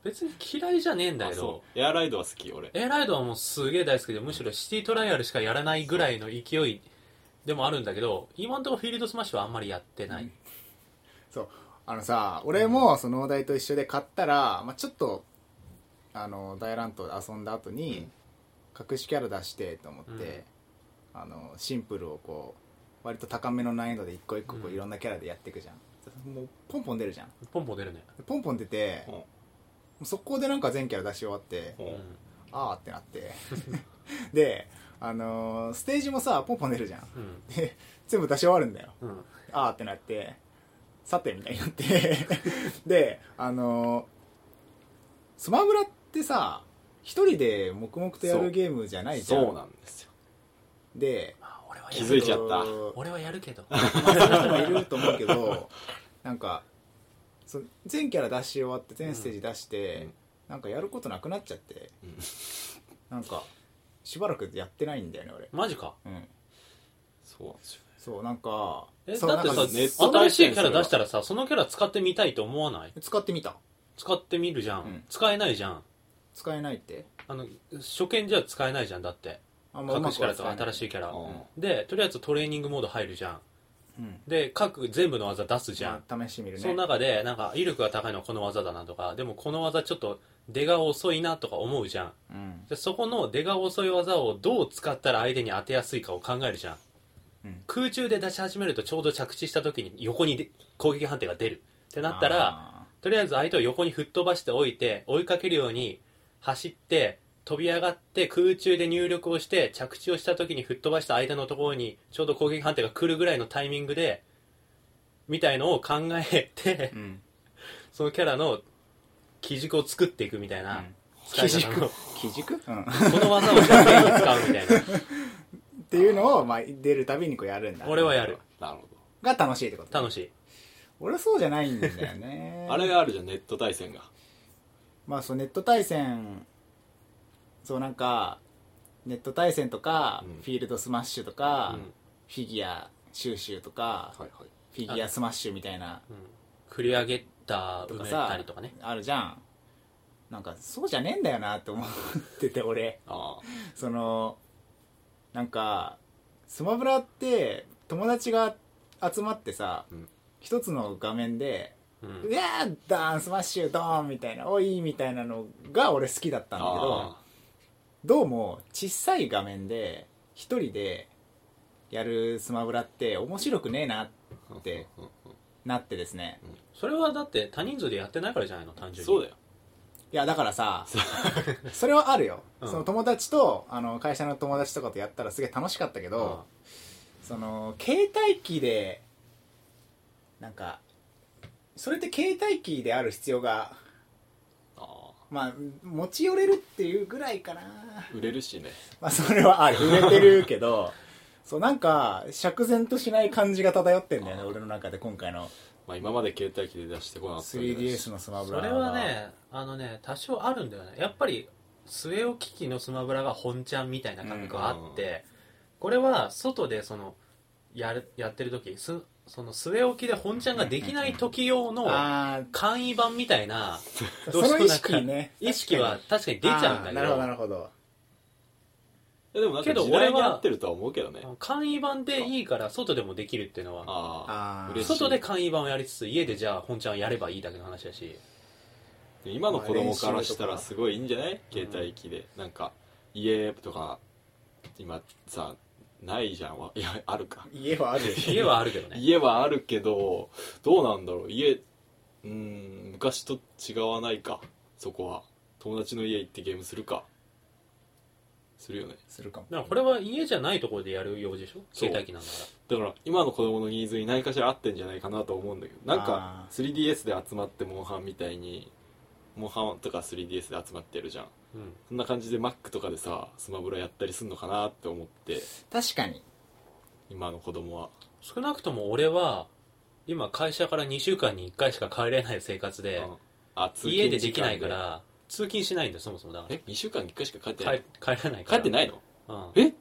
S3: 別に嫌いじゃねえんだ
S2: あ
S3: けど
S2: そうエアライドは好き俺
S3: エアライドはもうすげえ大好きでむしろシティトライアルしかやらないぐらいの勢いでもあるんだけど今んとこフィールドスマッシュはあんまりやってない、
S1: そうあのさ俺もそのお題と一緒で買ったら、まあ、ちょっとあの大乱闘で遊んだ後に、隠しキャラ出してと思って、あのシンプルをこう割と高めの難易度で一個一個こ
S3: う
S1: うんいろんなキャラでやっていくじゃん、もうポンポン出るじゃん
S3: ポンポン出るね、
S1: ポンポン出て、
S2: うん
S1: もう速攻でなんか全キャラ出し終わって、
S2: うん
S3: う
S1: あーってなって [laughs] であのーステージもさポンポン出るじゃん
S3: んうん
S1: で全部出し終わるんだよ
S3: うん
S1: あーってなってさてみたいになって [laughs] であのースマブラってさ一人で黙々とや
S2: そう
S1: るゲームじゃないじゃん
S2: そうなんですよ
S1: で
S3: まあ、俺は
S2: 気
S3: や
S2: づい
S3: る
S2: ちゃった
S1: えと
S3: 俺はやるけど
S1: まあそういう人もいると思うけど [laughs] なんかそ全キャラ出し終わって全ステージ出して、
S2: うん
S1: なんかやることなくなっちゃって、
S2: うん
S1: なんかしばらくやってないんだよね俺
S3: マジか
S1: うん
S2: そうなんですよ
S1: そうなんか
S3: え
S1: そう
S3: だって
S1: な
S3: さ
S1: んか
S2: ネット
S3: 新しいキャラ出したらさそのキャラ使ってみたいと思わない
S1: 使ってみた
S3: 使ってみるじゃん、
S1: うん
S3: 使えないじゃん
S1: 使えないって
S3: あの初見じゃ使えないじゃんだって
S1: あん
S3: 隠しキャラと
S1: は
S3: か
S1: 使えない
S3: 新しいキャラ
S2: うん
S3: でとりあえずトレーニングモード入るじゃん
S1: うん
S3: で各全部の技出すじゃん、
S1: まあ試してみるね
S3: その中でなんか威力が高いのはこの技だなとかでもこの技ちょっと出が遅いなとか思うじゃん
S1: うん
S3: でそこの出が遅い技をどう使ったら相手に当てやすいかを考えるじゃん、
S1: うん
S3: 空中で出し始めるとちょうど着地した時に横にで攻撃判定が出るってなったら
S1: あ
S3: とりあえず相手を横に吹っ飛ばしておいて追いかけるように走って飛び上がって空中で入力をして着地をした時に吹っ飛ばした相手のところにちょうど攻撃判定が来るぐらいのタイミングでみたいのを考えて
S1: ーうん
S3: そのキャラの基軸を作っていくみたいな使い
S1: 基
S3: 方
S1: 軸
S3: の、
S1: 基軸、うん、っ [laughs]
S3: この技を正面に使うみたいな
S1: ていうのを、まあ、出るたびにこうやるんだ
S3: 俺はやる
S2: なるほ
S1: が楽しいってこと
S3: 楽しい
S1: 俺そうじゃないんだよ
S3: [laughs]
S1: ね
S2: どあれがあるじゃんネット対戦が
S1: まあそうネット対戦そうなんかネット対戦とか、
S2: うん
S1: フィールドスマッシュとか、
S3: うん
S1: フィギュア収集とか、
S2: はいはい
S1: フィギュアスマッシュみたいな
S3: 繰り上げた
S1: と
S3: 埋
S1: か
S3: め
S1: さ
S3: たりとかね
S1: あるじゃんなんかそうじゃねえんだよなって思ってて俺
S2: あ
S1: そのなんかスマブラって友達が集まってさ、
S2: うん
S1: 一つの画面で
S3: う
S1: 「
S3: ん
S1: うわーダーンスマッシュドーン!」みたいな「おい!」みたいなのが俺好きだった
S2: あ
S1: んだけど
S2: あ
S1: どうも小さい画面で一人でやるスマブラって面白くねえな
S2: あ
S1: ってなってですね
S3: それはだって他人数でやってないからじゃないの単純に
S2: そうだよ
S1: いやだからさそれはあるよ、
S3: うん
S1: その友達とあの会社の友達とかとやったらすげえ楽しかったけど、その携帯機でなんかそれって携帯機である必要が
S2: あ
S1: まあ持ち寄れるっていうぐらいかな
S2: あ売れるしね
S1: まあそれは
S3: [laughs]
S1: ある売れてるけどそうなんか釈然としない感じが漂ってんだよね俺の中で今回の
S2: まあ今まで携帯機で出してこなかったわけだし
S1: 3DS のスマブラ
S3: それはねあのね多少あるんだよねやっぱり末置き機のスマブラが本ちゃんみたいな感覚があって、これは外でそのやるやってる時すその据え置きで本ちゃんができない時用の
S1: あ
S3: 簡易版みたいな
S1: あ
S3: ど
S1: そうの
S3: しても
S1: 意
S3: なんか
S1: 識ね
S3: 意識は確かに出ちゃうんだ
S1: あー
S3: け
S1: なるほどなるほど
S2: いやでもなんか
S3: けど
S2: 時代に合ってるとは思うけどね
S3: ど簡易版でいいから外でもできるっていうのは
S2: あ
S1: あー
S2: あ嬉しい
S3: 外で簡易版をやりつつ家でじゃあ本ちゃんをやればいいだけの話だし
S2: 今の子供からした
S1: まあ練習とから
S2: すごいいいんじゃない携帯機で、なんか家とか今さないじゃんわいやあるか
S1: 家はあるでしょ
S3: 家はあるけどね
S2: 家はあるけどどうなんだろう家うーん昔と違わないかそこは友達の家行ってゲームするかするよね
S1: するかも
S3: だからこれは家じゃないところでやる用でしょ
S2: そう
S3: 携帯機なんだから
S2: だから今の子供のニーズに何かしら合ってんじゃないかなと思うんだけどなん
S1: あ
S2: か 3DS で集まってモンハンみたいにモンハンとか 3DS で集まってるじゃん
S3: うん
S2: そんな感じで Mac とかでさスマブラやったりすんのかなって思って
S1: 確かに
S2: 今の子供は
S3: 少なくとも俺は今会社から2週間に1回しか帰れない生活で
S2: うんあ通勤
S3: 家でできないか
S2: 時間
S3: ら通勤しないんだよそもそもだから
S2: え2週間に1回しか帰ってない
S3: 帰帰らないか
S2: 帰
S3: ら
S2: ってないの
S3: うん
S4: [laughs]
S2: え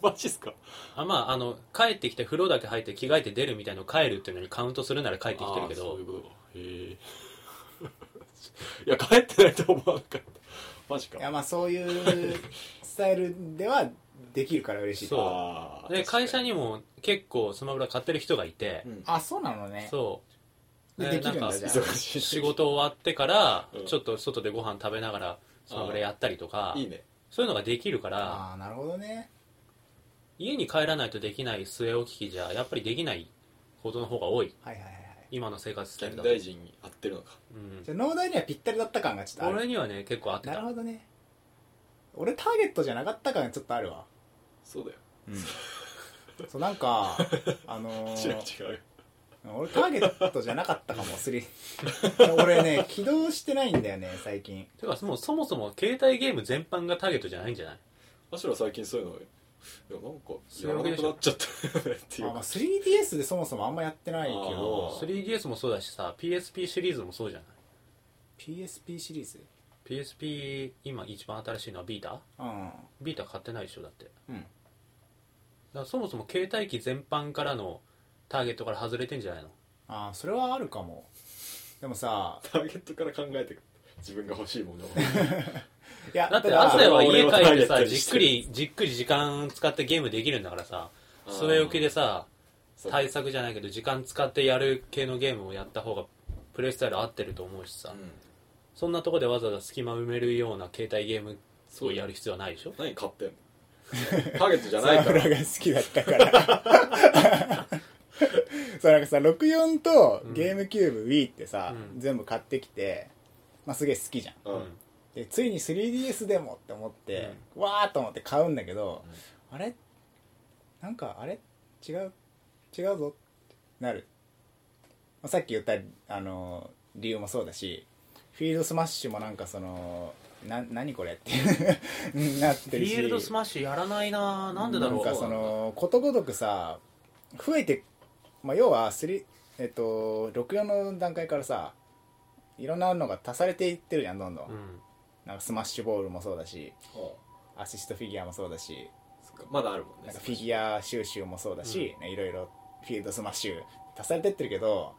S2: マジっすか
S3: あまああの帰ってきて風呂だけ入って着替えて出るみたいの帰るっていうのにカウントするなら帰ってきてるけ
S2: あーそう
S3: ど
S2: いうことかへえ
S4: [laughs]
S2: いや帰ってないと思わなかったマジ
S1: いや
S2: か
S1: まあそういうスタイルではできるから嬉しい
S3: そう
S4: あー
S3: で
S4: 確か
S3: 会社にも結構スマブラ買ってる人がいて、
S4: うん
S1: あそうなのね
S3: そう
S1: でできるんだ
S3: なん
S1: じゃ
S3: か
S1: あ
S4: 忙しい
S3: 仕事終わってから
S4: うん
S3: ちょっと外でご飯食べながらスマブラやったりとか
S4: いいね
S3: そういうのができるから
S1: ああなるほどね
S3: 家に帰らないとできない据え置き機じゃやっぱりできないことの方が多い
S1: はいはいはいはい
S3: 今の生活スタイル
S4: 現
S3: だと、
S4: 代人に合ってるのか
S3: うん
S1: じゃあ農大にはぴったりだった感がちょっとある
S3: 俺にはね結構合って
S1: なる
S3: た
S1: ほどね俺ターゲットじゃなかった感がちょっとあるわ
S4: そうだよ
S1: そうなんかあのー
S4: [laughs] 違う違う
S1: 俺ターゲットじゃなかったかもすり俺ね起動してないんだよね最近
S3: てかもうそもそも携帯ゲーム全般がターゲットじゃないんじゃない
S4: むしろ最近そういうのいやなんかや
S3: そういう
S4: ら
S3: わけ
S4: な
S3: で
S4: く
S3: し
S4: な
S3: ょ
S4: っちゃったよねっていう
S1: あまあ
S4: か
S1: 3DS でそもそもあんまやってないけ
S4: あ
S1: ど
S4: ー
S3: 3DS もそうだしさ PSP シリーズもそうじゃない
S1: PSP シリーズ
S3: PSP 今一番新しいのはビータ
S1: うん
S3: ビータ買ってないでしょだってだか
S1: うん
S3: らそもそも携帯機全般からのターゲットから外れてんじゃないの
S1: ああそれはあるかもでもさ
S4: ターゲットから考えてく自分が欲しいも
S1: [laughs]
S4: のを
S1: いや
S3: だって
S1: た
S3: 朝は
S4: 俺
S3: 家
S4: を
S3: 帰って
S4: ターゲット
S3: さ
S4: に
S3: じっ
S4: し
S3: く
S4: て
S3: りじっくり時間使ってゲームできるんだからさ据え置きでさ
S4: そう
S3: 対策じゃないけど時間使ってやる系のゲームをやった方がプレイスタイル合ってると思うしさ、
S4: うん
S3: そんなとこでわざわざ隙間埋めるような携帯ゲームをやる必要はないでしょ
S4: 何買ってんのターゲットじゃ
S1: サ
S4: ない
S1: ー
S4: か
S1: ブ
S4: ら
S1: ラが好きだったから [laughs] そうなんかさ64とゲームキューブ Wii ってさ、
S3: うん
S1: 全部買ってきて、まあ、すげえ好きじゃん
S4: うん
S3: うん
S1: でついに 3DS でもって思って、わーっと思って買うんだけど、あれなんかあれ違う違うぞってなる、まあさっき言った、あのー理由もそうだしフィールドスマッシュもなんかそのな何これっていう [laughs] なっ
S3: フ
S1: てるし
S3: ィールドスマッシュやらないななんでだろう
S1: なんかそのことごとくさ増えて、まあ、要はスリ、えっと、64の段階からさいろんなのが足されていってるじゃんどんどん,、
S3: うん
S1: なんかスマッシュボールもそうだし
S4: あ
S1: アシストフィギュアもそうだし
S4: そっかまだあるもんね
S1: なんかフィギュア収集もそうだし、ねいろいろフィールドスマッシュ足されてってるけど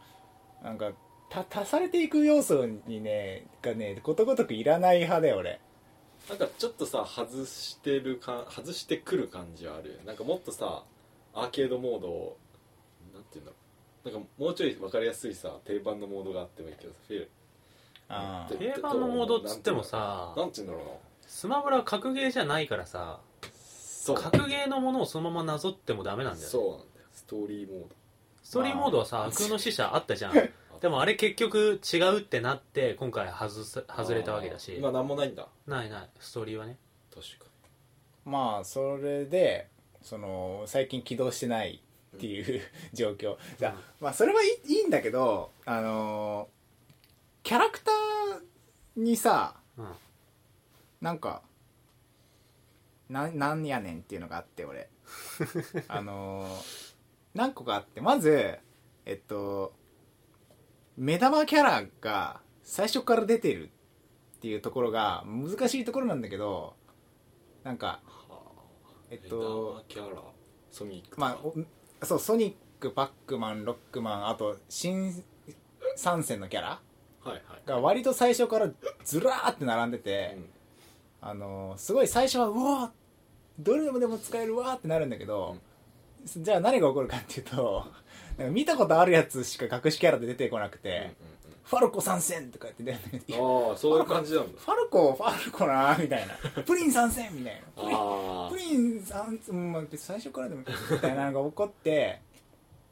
S1: なんかた足されていく要素にねがねことごとくいらない派だよ俺
S4: なんかちょっとさ外してるか外してくる感じはあるよねなんかもっとさアーケードモードをなんていうんだろうなんかもうちょい分かりやすいさ定番のモードがあってもいいけどさフィル
S1: あー
S4: で
S3: 定番のモードっつってもさ
S4: なんていうんだろうな
S3: スマブラは格ゲーじゃないからさ
S4: そう
S3: 格ゲーのものをそのままなぞってもダメなんだよね
S4: そうなんだよストーリーモー
S3: ストーリーモードはさ、
S1: まあ
S3: 悪空の使者あったじゃんでもあれ結局違うってなって今回外す
S4: ド
S3: 外れたわけだし
S4: あー今なんもないんだ
S3: ないないストーリーはね
S4: 確か
S1: まあそれでその最近起動してないっていう状況じゃあまあそれはいいいいんだけどあのーキャラクターにさ
S3: うんうん
S1: なんかななんやねんっていうのがあって俺あのー何個かあってまずえっと目玉キャラが最初から出てるっていうところが難しいところなんだけどなんか
S4: にはあ
S1: えっと
S4: 枝キャラソニックとか
S1: まあおそうソニックパックマンロックマンあと新参戦のキャラ
S4: はいは
S1: が割と最初からずらーって並んでて
S4: い、、うん
S1: あのすごい最初はうわどれでもでも使えるわってなるんだけど、じゃあ何が起こるかっていうと [laughs] なんか見たことあるやつしか隠しキャラで出てこなくて、ファルコ参戦とかやって出るんだけど
S4: うんうんうんああそういう感じ
S1: [laughs]
S4: なんだ
S1: ファルコファルコなーみたいなプリン参戦みたいなプリン
S4: あ
S1: プリンさん、うんまあ、最初からでもいいみたいなのが起こって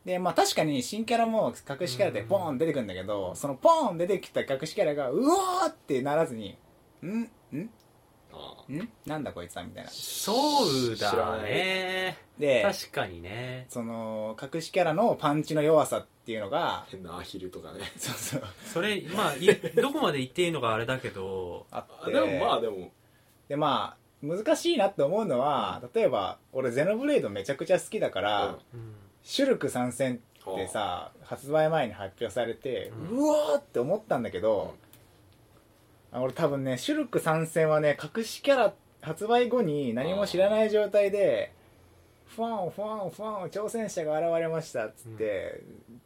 S1: でまあ確かに新キャラも隠しキャラでポーン出てくるんだけど、そのポーン出てきた隠しキャラがうわーってならずに「んん
S4: ああ
S1: んなんだこいつは」みたいな
S3: そうだね
S1: で
S3: 確かにね
S1: その隠しキャラのパンチの弱さっていうのが
S4: 変なアヒルとかね
S1: そうそう
S3: それまあ
S1: [laughs]
S3: いどこまで言っていいのかあれだけど
S1: あっ
S4: あ
S1: て
S4: でもまあでも
S1: でまあ難しいなって思うのは例えば俺ゼノブレイドめちゃくちゃ好きだから、
S4: うん
S3: うん
S1: シュルク参戦ってさ発売前に発表されて、う
S3: うん
S1: わーって思ったんだけど、あ俺多分ねシュルク参戦はね隠しキャラ発売後に何も知らない状態でファンファンファン挑戦者が現れましたっつって、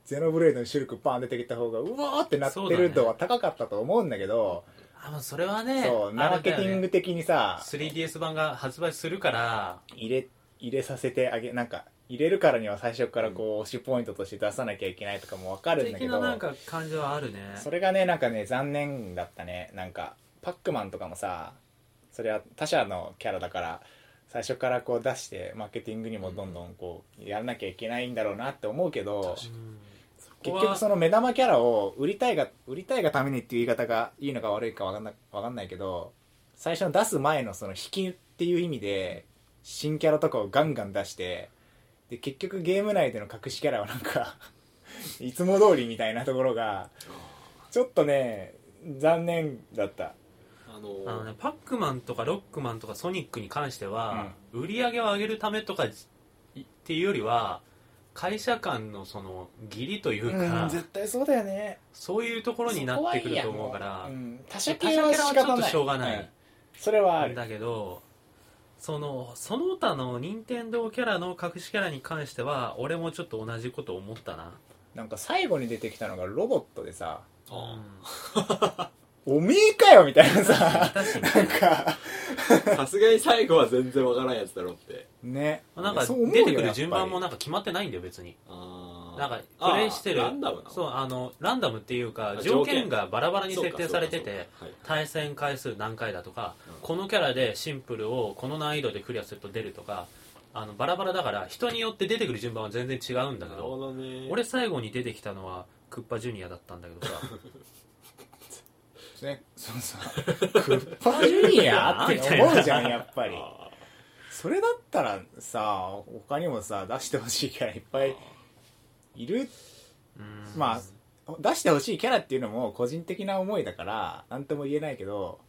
S1: ゼノブレイドのシュルクパン出てきた方がうわーってなってる度は高かったと思うんだけど、
S3: あもうそれはね
S1: そうマーケティング
S3: グ
S1: 的にさ
S3: 3DS 版が発売するから
S1: 入れ入れさせてあげなんか入れるからには最初からこう推しポイントとして出さなきゃいけないとかもわかるんだけ
S3: 的な
S1: ど
S3: なんか感じはあるね
S1: それがねなんかね残念だったねなんかパックマンとかもさそれは他社のキャラだから最初からこう出してマーケティングにもどんどんこうやらなきゃいけないんだろうなって思うけど
S3: うん
S1: 結局その目玉キャラを売りたいが売りたいがためにっていう言い方がいいのか悪いかわかんなわかんないけど最初の出す前のその引きっていう意味で新キャラとかをガンガン出してで結局ゲーム内での隠しキャラはなんか [laughs] いつも通りみたいなところがちょっとね残念だった
S4: あのー
S3: あのね、パックマンとかロックマンとかソニックに関しては、売り上げを上げるためとかじっていうよりは会社間のその義理というか、
S1: うん絶対そうだよね
S3: そういうところになってくると思うから
S1: そこはいいやもううん他
S3: 他
S1: 者
S3: 社
S1: 系
S3: 系
S1: は
S3: は
S1: 仕
S3: ち
S1: 方
S3: ょっと
S1: ない
S3: しょうがない、
S1: んそれはあ
S3: ん
S1: る
S3: だけどそのその他の任天堂キャラの隠しキャラに関しては俺もちょっと同じこと思ったな、
S1: なんか最後に出てきたのがロボットでさ
S3: う
S4: あ
S3: ん
S1: おめえかよみたいな
S3: [laughs]
S1: さ、
S3: 確かに
S1: なんか、
S4: ーさすがに最後は全然わからんやつだろうって
S1: ね。
S3: なんか
S1: そう思う
S3: 出
S1: よ
S3: てくる順番も
S1: やっ
S3: なんか決まってないんだよ別に
S4: あー
S3: なんか
S4: あー
S3: プレイしてる
S4: ランダムなの
S3: そうあのランダムっていうか
S4: あ条
S3: 条
S4: 件
S3: 件がバラバラに
S4: そうか
S3: 設定されてて
S4: そうか
S3: 対戦回数何回だとか、
S4: うん
S3: このキャラでシンプルをこの難易度でクリアすると出るとかあのバラバラだから人によって出てくる順番は全然違うんだ
S4: そうかな
S3: けど
S4: るほどね
S3: 俺最後に出てきたのはクッパジュニアだったんだけ
S4: [laughs]
S3: どさ
S1: ぱりね、そう
S3: [laughs]
S1: そう。クッパジュニアって思うじ [laughs] ゃん、やっぱり。
S4: あ
S1: それだったらさ、他にもさ、出してほしいキャラいっぱいいる。
S3: うん
S1: まあ、出してほしいキャラっていうのも個人的な思いだから、なんとも言えないけど、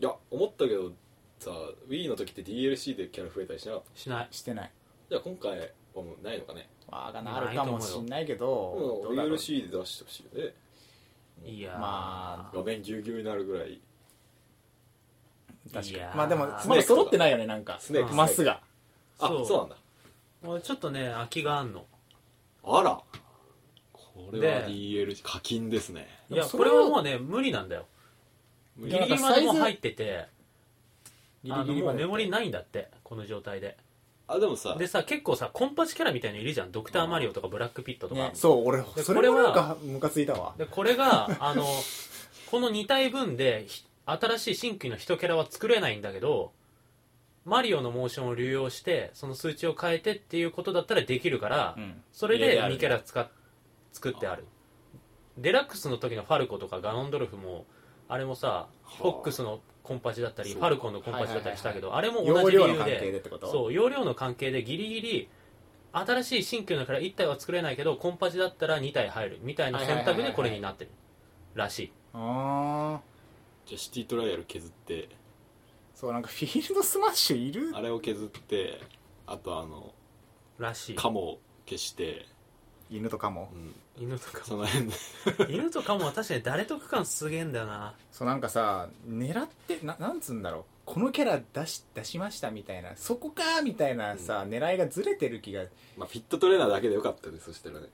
S4: ーいや思ったけどさ Wii の時って DLC でキャラ増えたりしなかった
S3: しない
S1: してない。
S4: じゃあ今回はもうないのかね
S1: わがなあるかもしんないけど、
S4: う
S1: どうんだろう
S4: DLC で出してほしいよね
S3: いやー
S1: ま
S4: 画面ぎゅうぎゅうになるぐらい
S1: 確
S3: い
S1: か
S3: や
S1: に。
S3: ー
S1: まあでも、まだ揃ってないよね、なんか。
S4: スネーク
S1: マスが。
S4: あ
S3: そう
S4: そうなんだ
S3: 俺ちょっとね空きがあんの
S4: あらこれは
S3: で
S4: DLC 課金ですね
S3: い
S1: でも
S3: や
S1: そ
S3: こ
S1: れ
S3: れ
S1: は
S3: はもうね無理なんだよ
S4: 無
S1: 理
S3: ギリギリまでもう入ってて
S1: ギリ
S3: あ
S1: ギ
S3: の
S1: リ
S3: も
S1: ま
S3: う
S1: で
S3: メ。モリないんだってこの状態で
S4: あでもさ
S3: でさ結構さコンパチキャラみたいのいるじゃんドクターマリオとかブラックピットとか、
S1: ね、そう、俺、
S3: で
S1: そ
S3: こ
S1: れ
S3: れ
S1: も
S3: は
S1: なんかムカついたわ。
S3: でこれがあのこの2体分でひ新しい新規の1キャラは作れないんだけどマリオのモーションを流用してその数値を変えてっていうことだったらできるから、
S1: ん。
S3: それ
S1: いやい
S3: で
S1: やある
S3: 2キャラ使っ作ってあるデラックスの時のファルコとかガノンドルフもあれもさフォックスのコンパチだったり
S4: そ
S3: フ
S4: う
S3: ァルコンのコンパチだったりしたけど、あれも同
S1: 容
S3: じ理
S1: 量の
S3: 由
S1: 関係
S3: で
S1: でってこと
S3: そう容量の関係でギリギリ新しい新旧のから1体は作れないけどコンパチだったら2体入るみたいな選択でこれになってるらしい
S1: ああ
S4: じゃあシティトライアル削って
S1: そうなんかフィールドスマッシュいる
S4: あれを削ってあとあの
S3: らしい
S4: カモを消して、
S1: 犬とかも
S4: うん、
S3: 犬とか
S4: その辺で [laughs]
S3: も犬とかも確かに誰と区間すげえんだよな
S1: そうなんかさ狙ってななんつうんだろうこのキャラ出し出しましたみたいなそこかーみたいなさ、狙いがずれてる気が
S4: まあフィットトレーナーだけでよかったねそしたらね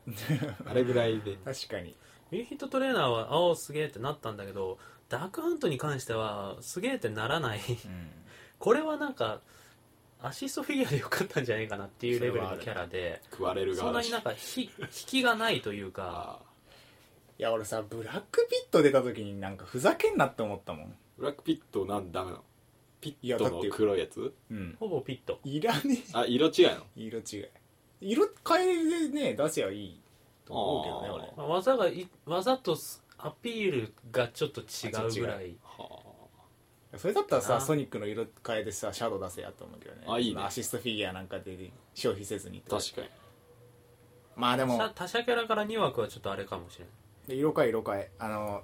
S4: あれぐらいで
S1: 確かに
S3: ミューヒットトレーナーはあおすげえってなったんだけどダークハントに関してはすげえってならない [laughs]
S1: うん
S3: これはなんかアシストフィギュアでよかったんじゃないかなっていうレベル
S1: それはあ
S3: の
S1: る
S3: キャラで
S4: 食われる
S3: そ
S4: 側
S3: んな
S4: だ
S3: に
S4: し
S3: なんかひ引きがないというか
S4: あ
S1: いや俺さブラックピット出た時になんかふざけんなって思ったもん
S4: ーブラックピットなんダメなのピ
S1: いや
S4: ッ
S1: だ
S4: ト
S1: っ
S4: の
S1: て
S4: 黒いやつ
S1: うん
S3: ほぼピット
S1: いらね
S4: あ色違いの
S1: え色違い色変えでね出せばいいと思うけどね
S4: あー
S1: 俺
S3: まあ技がい技とすアピールがちょっと違うぐらい
S4: は
S1: それだったらさ
S3: な
S1: ソニックの色変えてさシャドウ出せやと思うけどね
S4: あいいね
S1: そのアシストフィギュアなんかで消費せずにって
S4: あ確かに
S1: まあでも
S3: 他他社キャラから2枠はちょっとあれかもしれない
S1: で色変え色変えあの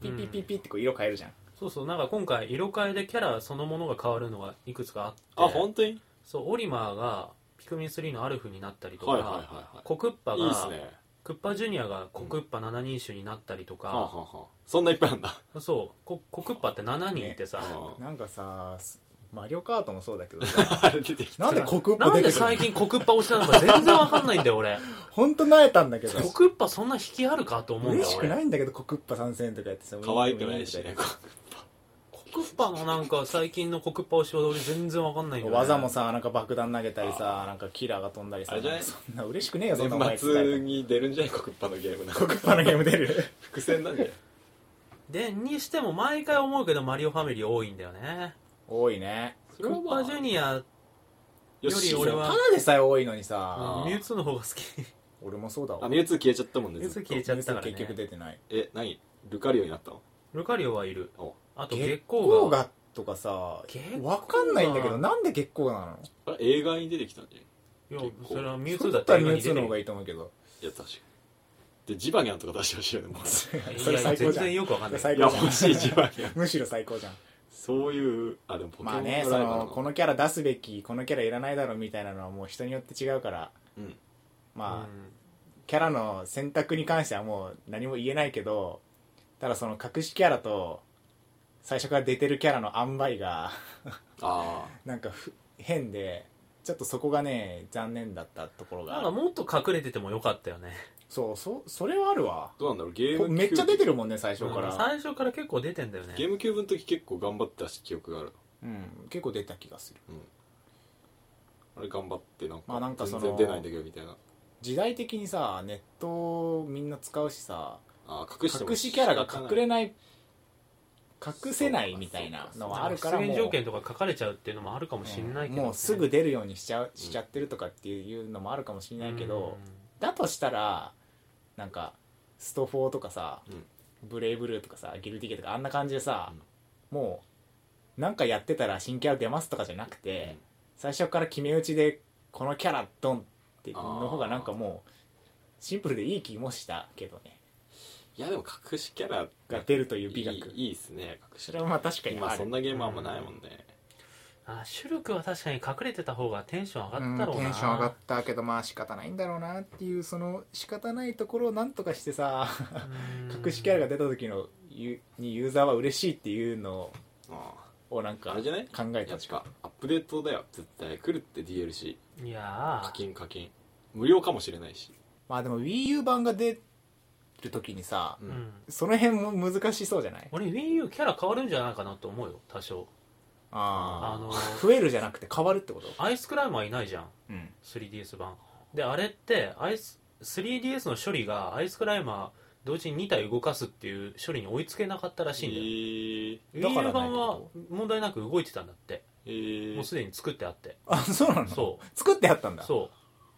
S1: ピ
S3: うん
S1: ッピッピッピッってこう色変えるじゃん、
S3: そうそうなんか今回色変えでキャラそのものが変わるのがいくつかあって
S4: あ本当に
S3: そうオリマーがピクミン3のアルフになったりとか、
S4: はいはいはい
S3: コクッパ
S4: はい
S3: が
S4: いいっすね
S3: クッパジュニアがコクッパ7人種になったりと
S4: はあ、は
S3: か、
S4: あはあ、そんないっぱいあんだ
S3: そうココクッパって7人ってさ、
S4: ね
S1: なんかさマリオカートもそうだけど
S2: [laughs]
S1: さ
S4: あれ出てきた
S1: なんでコクッパ
S3: な
S1: 出
S3: んで
S1: てくる
S3: 最近コクッパ推しなのか全然わかんないんだ
S4: [laughs]
S3: よ俺
S1: ほんとなえたんだけど
S3: コクッパそんな引きあるかと思うんだ
S1: 嬉
S3: よ
S1: しく
S3: 俺
S1: ないんだけどコクッパ参戦とかやってさ
S4: 可愛くないしね
S3: パのなんか最近のコクパ推しは俺全然わかんないんだよ、ね、
S1: 技もさなんか爆弾投げたりさなんかキラーが飛んだりさ
S4: あれじゃない
S1: そんな嬉しくねえよそんなお前
S4: 年末に出るんじゃないコクッパのゲームなんか
S1: クッパのゲーム出る
S4: 伏線なんじゃない
S3: でにしても毎回思うけどマリオファミリー多いんだよね
S1: [laughs] 多いね
S4: そ
S3: クッパジュニア
S4: よ
S3: より
S4: し
S3: 俺
S1: た
S3: は
S1: だでさえ多いのにさ
S4: あー
S3: ミュウツーの方が好き
S1: 俺もそうだ
S4: あ
S1: わ
S4: ミュウツー消えちゃったもんね
S3: ミュウツ
S4: ず
S3: ー
S4: っと
S3: 消えちゃったからね
S1: 結局出てない
S4: え何ルカリオになったの
S3: ルカリオはいる
S4: お
S3: あと
S1: 月
S3: 月光
S1: 光
S3: が
S1: がとかさ
S3: 月光
S1: わかんないんだけどなんで月光なの
S4: あれ映画に出てきたんじゃない
S3: いや
S4: 月光
S3: それはミュウツ
S1: それ
S3: ーだ
S1: だ
S3: っ
S1: ってたら
S3: 映
S1: ミュ
S3: 画に
S1: ウツ
S3: 出
S1: ー
S3: て
S1: の方が
S3: る
S1: いいと思うけど
S4: いや確かにでジバニャンとか出してほしい
S1: [laughs]
S4: よねもう
S1: そ
S3: い
S1: れ
S3: やいや
S1: 最
S3: 全
S1: 高じゃん
S3: 然よくわかんない
S1: 最
S4: い
S1: 高
S4: や
S1: じゃん
S4: 欲しいジバニャン
S1: むしろ最高じゃん
S4: そういうあでもポケモ
S1: まあ
S4: ンのラ
S1: ね
S4: イ
S1: そ
S4: バルな
S1: のこのキャラ出すべきこのキャラいらないだろうみたいなのはもう人によって違うから
S4: うん
S1: まあ、
S3: うん
S1: キャラの選択に関してはもう何も言えないけどただその隠しキャラと最初から出てるキャラの塩梅が [laughs]
S4: あ
S1: なんかふ変でちょっとそこがね残念だったところが
S3: なんかもっと隠れててもよかったよね
S1: そうそうそれはあるわ
S4: あどうなんだろうゲー
S1: こ
S4: ム
S1: めっちゃ出て
S4: る
S1: るもんね最初か
S3: うん
S1: ら、
S3: 最初から結構出てんだよね
S4: ゲームキューブの時結構頑張ってたし記憶がある
S1: うん、結構出た気がする
S4: あれ頑張ってなんか,、
S1: まあなんかその
S4: 全然出ないんだけどみたいな
S1: 時代的にさネットみんな使うしさ
S4: あー隠しても
S1: 隠しキャラが隠れ
S4: ない
S1: ない隠せないみたいなのはあるから
S3: 出
S1: も
S3: 現
S1: う
S3: 条件とか書かれちゃうっていうのもあるかもしれないけど、
S1: もうすぐ出るようにしちゃうしちゃってるとかっていうのもあるかもしれないけど、だとしたらなんかスト4とかさ、
S4: うん
S1: ブレイブルーとかさギルティゲとかあんな感じでさ
S4: う、
S1: もうなんかやってたら新キャラ出ますとかじゃなくて、
S4: うん
S1: 最初から決め打ちでこのキャラドンっての
S4: あー
S1: 方がなんかもうシンプルでいい気もしたけどね
S4: いやでも隠しキャラ
S1: が出るという美
S4: い
S1: 学
S4: いいいっすね隠し
S1: そ
S4: キ
S1: れ
S4: ャ
S1: は
S4: ラ
S1: まあ確かに
S4: 今
S1: あ
S4: そん
S1: る、
S4: なゲームあんまないもんね、
S3: あシュルクは確かに隠れてた方がテンション上がったろうな、
S1: テンション上がったけどまあ仕方ないんだろうなっていうその仕方ないところをなんとかしてさ
S3: うん
S1: 隠しキャラが出た時のゆにユーザーは嬉しいっていうの
S4: ああ
S1: をなんか
S4: あれじゃない
S1: 考えた
S4: やっぱアップデートだよ絶対来るって DLC
S3: い
S4: 課
S3: やー
S4: 金課金無料かもしれないし
S1: まあでも WiiU 版が出る時にさ、
S4: う
S3: うんん
S1: その辺も難しそうじゃない
S3: 俺 WiiU キャラ変わるんじゃないかなと思うよ多少あ
S1: あ
S3: の
S1: あ増えるじゃなくて変わるってこと
S3: アイスクライマーいないじゃん
S1: うん、
S3: 3DS 版であれってアイス 3DS の処理がアイスクライマー同時に2体動かすっていう処理に追いつけなかったらしいんだよ、
S4: えー
S1: えーだから
S3: WiiU 版
S1: ない
S3: は
S1: って
S3: 問題なく動いてたんだって
S4: えー
S3: もうすでに作ってあって
S1: あそうなの
S3: そ
S1: 作ってあったんだ
S3: そ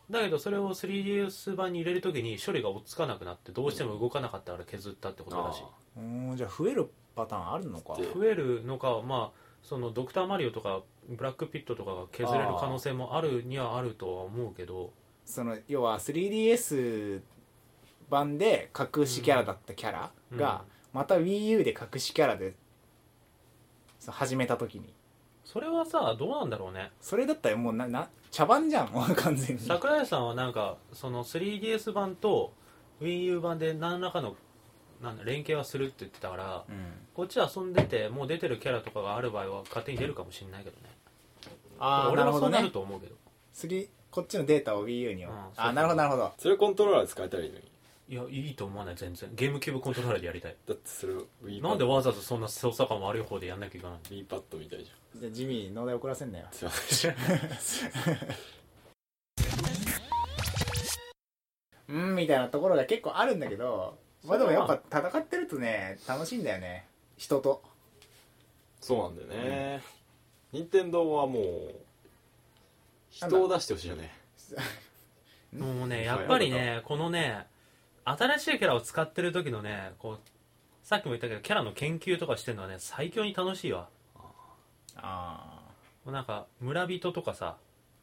S3: うだけどそれを 3DS 版に入れるときに処理が追っつかなくなってどうしても動かなかったから削ったってことらし
S4: あ
S3: いう
S1: ーんじゃあ増えるパターンあるのか
S4: で
S3: 増えるのかまあそのドクターマリオとかブラックピットとかが削れる可能性もあるにはあるとは思うけど
S1: その要は 3DS 版で隠しキャラだったキャラが、また WiiU で隠しキャラでそう始めた時に
S3: それはさどうなんだろうね
S1: それだったらもうなな茶番じゃんもう完全に
S3: 桜井さんはなんかその 3DS 版と WiiU 版で何らかのなんだ連携はするって言ってたから
S1: うん
S3: こっち遊んでてもう出てるキャラとかがある場合は勝手に出るかもしれないけどね
S1: ああ
S3: 俺
S1: なる
S3: は
S1: ほ
S3: そ
S1: ど
S3: うなる
S1: ね
S3: と思うけど
S1: 次こっちのデータを WiiU には、
S3: うんそうそう
S1: あなるほどなるほど
S4: それコントローラーで使えたらいいのに
S3: いやいいと思わない全然ゲームキューブコントローラーでやりたい
S4: だってそれ Wii
S3: なんでわざわざそんな操作感悪い方でやんなきゃいけないの
S4: Wii パッドみたいじゃん [laughs]
S1: じゃあジミー農大怒らせんなよ
S4: すいません
S1: うんみたいなところが結構あるんだけどまあでもやっぱ戦ってるとね楽しいんだよね人と
S4: そうなんだよね、任天堂はもう人を出してほしいよね
S3: もうねやっぱりねこのね新しいキャラを使ってる時のねこうさっきも言ったけどキャラの研究とかしてるのはね最強に楽しいわ
S1: あ
S3: もうなんか村人とかさ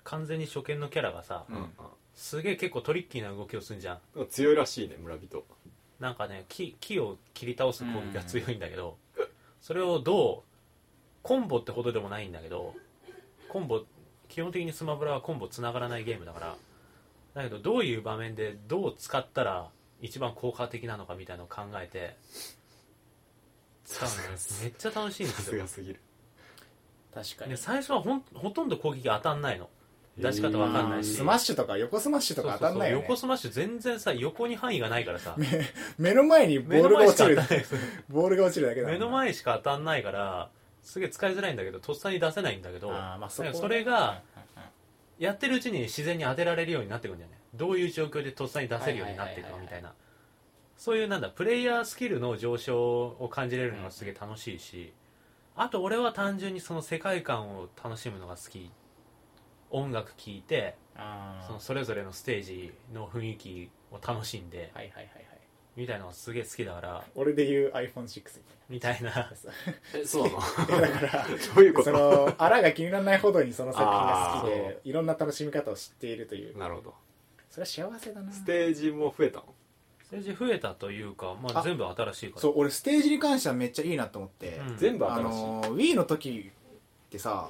S3: 完全に初見のキャラがさ、
S1: うん
S4: うん
S3: すげえ結構トリッキーな動きをするじゃん
S4: なんか強いらしいね村人
S3: なんかね木木を切り倒す攻撃が強いんだ
S1: [laughs]
S3: けど、それをどうコンボってほどでもないんだけどコンボ基本的にスマブラはコンボつながらないゲームだからだけどどういう場面でどう使ったら一番効果的なのかみたいなのを考えて使う
S1: [laughs]
S3: のがめっちゃ楽しいんで
S4: さ
S3: す
S4: す
S3: よ
S4: がすぎる
S1: 確か
S3: で最初はほんほとんど攻撃当たんないの出し方わかんないし
S1: スマッシュとか横スマッシュとか当たんないよ、ね、
S3: そうそうそう横スマッシュ全然さ横に範囲がないか
S1: [laughs]
S3: らさ
S1: 目の前にボールが落ちる
S3: 目の前しか当たんない
S1: ボールが落ちるだけだ
S3: 目の前しか当たんないからすげえ使いづらいんだけどとっさに出せないんだけど
S1: あーまあそこ
S3: なんかそれがやってるうちに自然に当てられるようになってくんじゃないどういう状況でとっさに出せるようになっていくかみたいなそういうなんだプレイヤースキルの上昇を感じれるのがすげえ楽しいし、あと俺は単純にその世界観を楽しむのが好き音楽聴いて
S1: あ
S3: そ
S1: ー
S3: のそれぞれのステージの雰囲気を楽しんで
S1: はいはいはいはい
S3: みたいなのがすげえ好きだから
S1: 俺で言う iPhone6 [laughs]
S3: みたいな
S2: えそう
S4: [laughs]
S2: なの
S1: だから
S2: どういうこ
S1: そ
S2: と
S1: のあらが気にならないほどにその作品が好き
S3: あーそ
S1: でいろんな楽しみ方を知っているという
S2: なるほど
S1: それは幸せだな
S2: ステージも増えたの
S3: ステージ増えたというか、まあ、
S1: あ
S3: 全部新しいから
S1: そう俺ステージに関してはめっちゃいいなと思って、
S3: うん
S4: 全部
S1: あ
S4: 新しい、
S1: のー Wii の時ってさ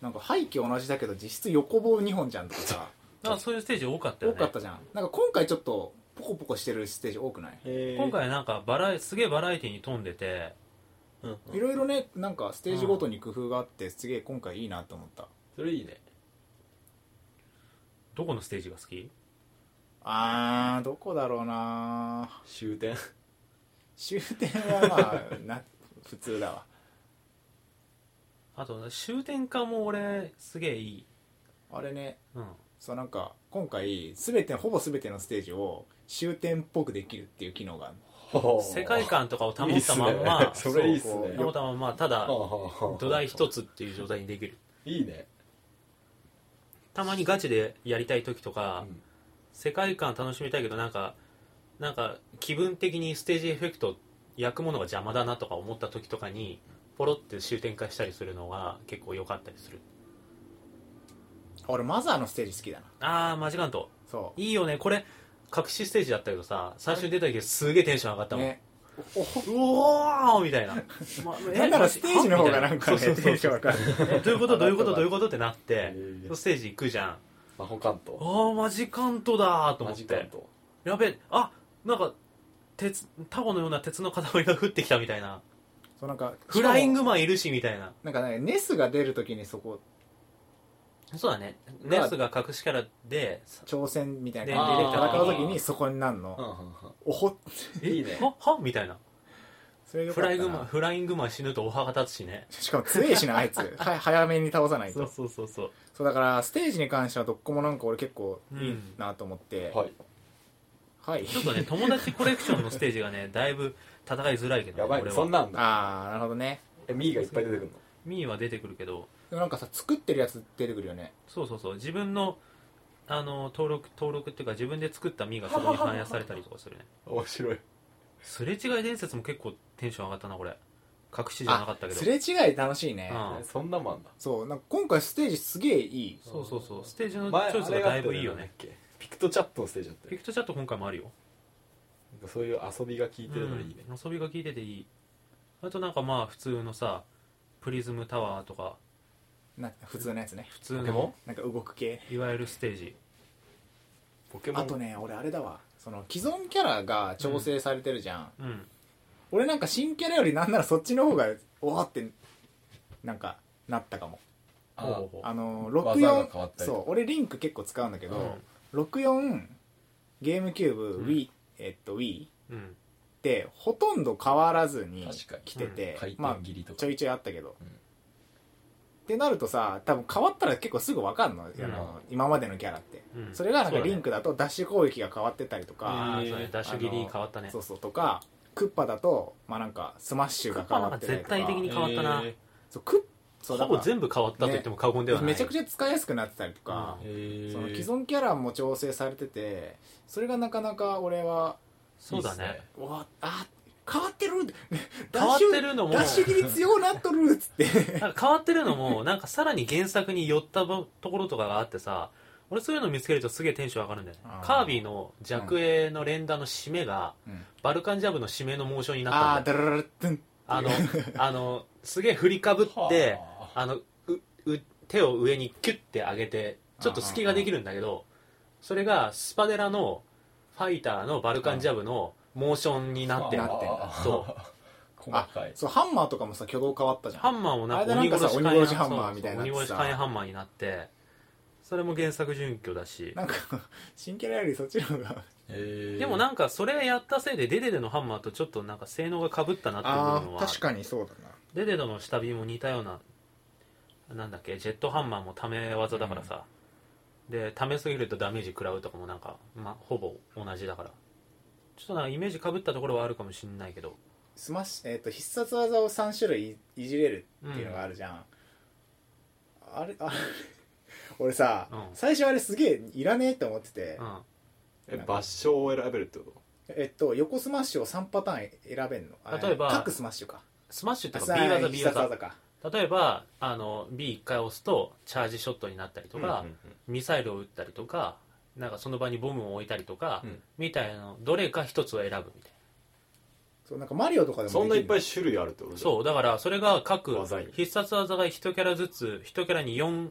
S1: なんか背景同じだけど実質横棒2本じゃんとかさ
S3: なんかそういうステージ多かったよ
S1: 多
S3: ね
S1: かったじゃんなんか今回ちょっとポコポコしてるステージ多くない
S4: へー
S3: 今回なんかバラエすげえバラエティに富んでて
S4: うんうん
S1: いろいろねなんかステージごとに工夫があってすげえ今回いいなと思った
S4: それいいね
S3: どこのステージが好き
S1: あーどこだろうな
S4: 終点
S1: 終点はまあな普通だわ
S3: あと終点化も俺すげえいい、
S1: あれね
S3: うん、
S1: そうなんか今回全てほぼ全てのステージを終点っぽくできるっていう機能がある
S3: 世界観とかを保
S4: いい
S3: っ
S4: ったす
S3: ま
S4: ね
S3: んま
S4: それいいっす
S1: そう
S4: ね
S3: 保ったまんまただ土
S4: 土
S3: 台一つっていう状態にできる
S4: いいね
S3: たまにガチでやりたい時とか、
S4: うん
S3: 世界観楽しみたいけどなんかなんか気分的にステージエフェクト焼くものが邪魔だなとか思った時とかにポロって終点化したりするのが結構良かったりする
S1: 俺マザーのステージ好きだな
S3: ああ間違んと
S1: そ
S3: いいよねこれ隠しステージだったけどさ最初に出た時すげえテンション上がった
S1: う
S3: もん、
S1: ね
S3: うおーみたいな、ま
S1: [laughs]
S3: え
S1: なんならステージの方が
S3: マ
S1: な
S3: ジ
S1: んかね
S3: そうそうそう
S1: テンション上がる
S3: えどういうことどういうことどういうことってなって
S4: えー
S3: ステージ行くじゃん
S4: 魔法関
S3: あ
S4: 東
S3: ーマジカントだーと思
S4: マ
S3: っ
S4: ジ関
S3: て
S4: 東
S3: やべえあなんか鉄タコのような鉄の塊が降ってきたみたいな
S1: そうなんか
S3: フライングマンいるしみたいな
S1: なんかねネスが出るときにそこ
S3: そうだね
S1: まあ
S3: ネスが隠しキャラで
S1: 挑戦みたいな
S3: で
S1: 感じで
S4: 出てきた
S1: 戦うとき
S4: あ
S1: に
S4: ー
S1: そこになる
S4: うん
S1: の
S4: うんうん
S1: おほ
S4: いいね
S3: はは [laughs] みたいな
S1: それよ
S3: フ
S1: かったな
S3: ライングマンフライングマン死ぬとお歯が立つしね
S1: しかも強いしなあいつは早めに倒さないと
S3: そうそうそうそう
S1: そうだからステージに関してはどっこもなんか俺結構
S3: うん
S1: いいなと思って、
S4: はい
S1: はい
S3: ちょっとね友達コレクションのステージが [laughs] ねだいぶ戦いづらいけど、ね、
S4: やばい
S3: 俺
S4: ね
S3: は
S4: そんなんだ
S1: ああなるほどね
S4: えミーがいっぱい出てくるの
S3: ミーは出てくるけど
S1: でもなんかさ作ってるやつ出てくるよね
S3: そうそうそう自分のあの登録登録っていうか自分で作ったミーがそこに反映されたりとかするね
S4: 面白い
S3: すれ違い伝説も結構テンション上がったなこれ隠しじゃなかったけど
S1: すれ違い楽しいね、
S3: うん
S4: えそんなもんあんだ
S1: そうなんか今回ステージすげえいい
S3: そうそうそうステージのチ
S4: 前
S3: ョイスがだいぶいいよね
S4: あれがあったよなんだっけピクトチャットのステージだった
S3: ピ
S4: よ
S3: クトチャット今回もあるよ
S4: なんかそういう遊びが効いてるのにいいね
S3: うん遊びが効いてていいあとなんかまあ普通のさプリズムタワーとか
S1: な普通のやつね
S3: 普通
S4: で
S3: の
S4: も
S1: なんか動く系
S3: いわゆるステージ
S4: ポケモン
S1: あとね俺あれだわその既存キャラが調整されてるじゃん、
S3: うん
S1: 俺なんか新キャラよりなんならそっちの方がおおってなんかなったかも
S4: あ
S3: ほうほう
S1: あの
S4: 技が変わっ
S1: 64
S4: たりと
S1: そう俺リンク結構使うんだけ
S3: う
S1: ど
S3: ん、
S1: 64ゲームキューブ、
S3: うん
S1: Wii えっと Wii っ
S3: うん
S1: てほとんど変わらずに
S4: 確かに
S1: 来てて、
S4: 回
S1: ま
S4: 転切りと
S1: あ
S4: か
S1: ちょいちょいあったけど、
S4: うん
S1: ってなるとさ多分変わったら結構すぐ分かるの,、あの今までのキャラって、
S3: うん
S1: それがなん
S3: そ
S1: か
S3: うだね
S1: リンクだとダッシュ攻撃が変わってたりとか、
S3: あ
S4: えー
S3: あそうねダッシュ切り変わったね
S1: そうそうとかクッパだとまあなんかスマッシュが変わってたりとか
S3: クッパなんか絶対的に変わったな
S4: え
S1: そうクッそう
S3: ほぼ全部変わったと言っても過言ではない、
S1: めちゃくちゃ使いやすくなってたりとか、
S3: うん
S4: ー
S1: その既存キャラも調整されててそれがなかなか俺は
S3: そうだね
S4: いいっすね
S1: うわあ変わってる
S3: 変わってるのも
S1: ダッシュ切り強くなっとるっつって
S3: [laughs] なんか変わってるのもなんかさらに原作に寄ったところとかがあってさ俺そういうの見つけるとすげえテンション上がるんだよね
S1: あー
S3: カービィの弱英の連打の締めが、
S1: うん
S3: バルカンジャブの締めのモーションになったん
S1: あ
S3: だ
S1: あダラ
S3: よ
S1: ララッン
S3: あの、あの、すげえ振りかぶって、
S4: は
S3: あの、う、う、手を上にキュッて上げて、ちょっと隙ができるんだけど、それがスパデラのファイターのバルカンジャブのモーションになってる
S1: なってんだ
S3: そう。
S4: 細かい
S1: そうハンマーとかもさ挙動変わったじ
S3: ハ
S1: ゃん
S3: ンマーもな
S1: あ
S3: ん
S1: れで
S3: か
S1: なん
S3: 鬼
S1: か
S3: 殺
S1: さ鬼
S3: し
S1: 殺しハンマーみたいになって
S3: 鬼
S1: さ
S3: 殺し火炎ハンマーになって、それも原作準拠だし。
S1: なんか新キャラよりそっちの方が
S3: でもなんかそれやったせいでデデデのハンマーとちょっとなんか性能が被ったなっていう部分は
S1: かにそうだな
S3: デデドの下火も似たようななんだっけジェットハンマーもため技だからさ、でためすぎるとダメージ食らうとかもなんか、ま、ほぼ同じだからちょっとなんかイメージかぶったところはあるかもしんないけど
S1: スマッシュ、えー、と必殺技を3種類いいじれるっていうのがあるじゃん、あれあれ俺さ、
S3: うん
S1: 最初あれすげえいらねえって思ってて、
S3: うん
S4: え場所を選べるってこ
S1: えっと横スマッシュを3パターン選べんのあ
S3: 例えば
S1: 各スマッシュか
S3: スマッシュって
S1: あ
S3: いう
S1: さ
S3: か
S1: あ
S3: B 技 B
S1: 必殺技
S3: 技
S1: か
S3: 例えばあの B1 回押すとチャージショットになったりと
S4: と
S3: か、
S4: うんうんうん
S3: ミサイルを撃ったりとかなんかその場にボムを置いたりとか、
S4: うん
S3: みたいなのどれか一つを選ぶみたい
S1: そうなんかマリオとかでも
S4: そんないっぱ
S1: い
S4: い種類あるってこと
S3: な
S4: だ
S3: そうだからそれが各
S4: 技に
S3: 必殺技が1キャラずつ1キャラに 4,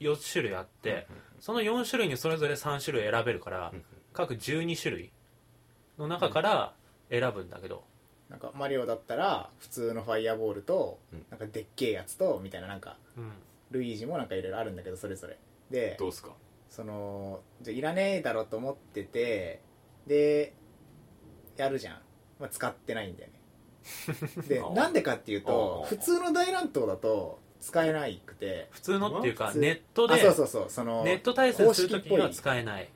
S3: 4種類あって、その4種類にそれぞれ3種類選べるから、
S4: うんうん
S3: 各12種類の中から選ぶんだけど、
S1: なんかマリオだったら普通のファイヤーボールと、
S4: うん
S1: なんかでっけえやつとみたいななんか
S3: うん
S1: ルイージもなんかいろいろあるんだけどそれぞれで
S4: どうすか
S1: そのじゃあいらねえだろうと思っててでやるじゃん、まあ、使ってないんだよ
S4: [laughs]
S1: ねで
S4: あー
S1: なんでかっていうと
S4: あー
S1: 普通の大乱闘だと使えないくて
S3: 普通のっていうか
S1: 普通
S3: ネット
S1: あ
S3: で
S1: そうそうそうその
S3: ネット対戦するときには使えない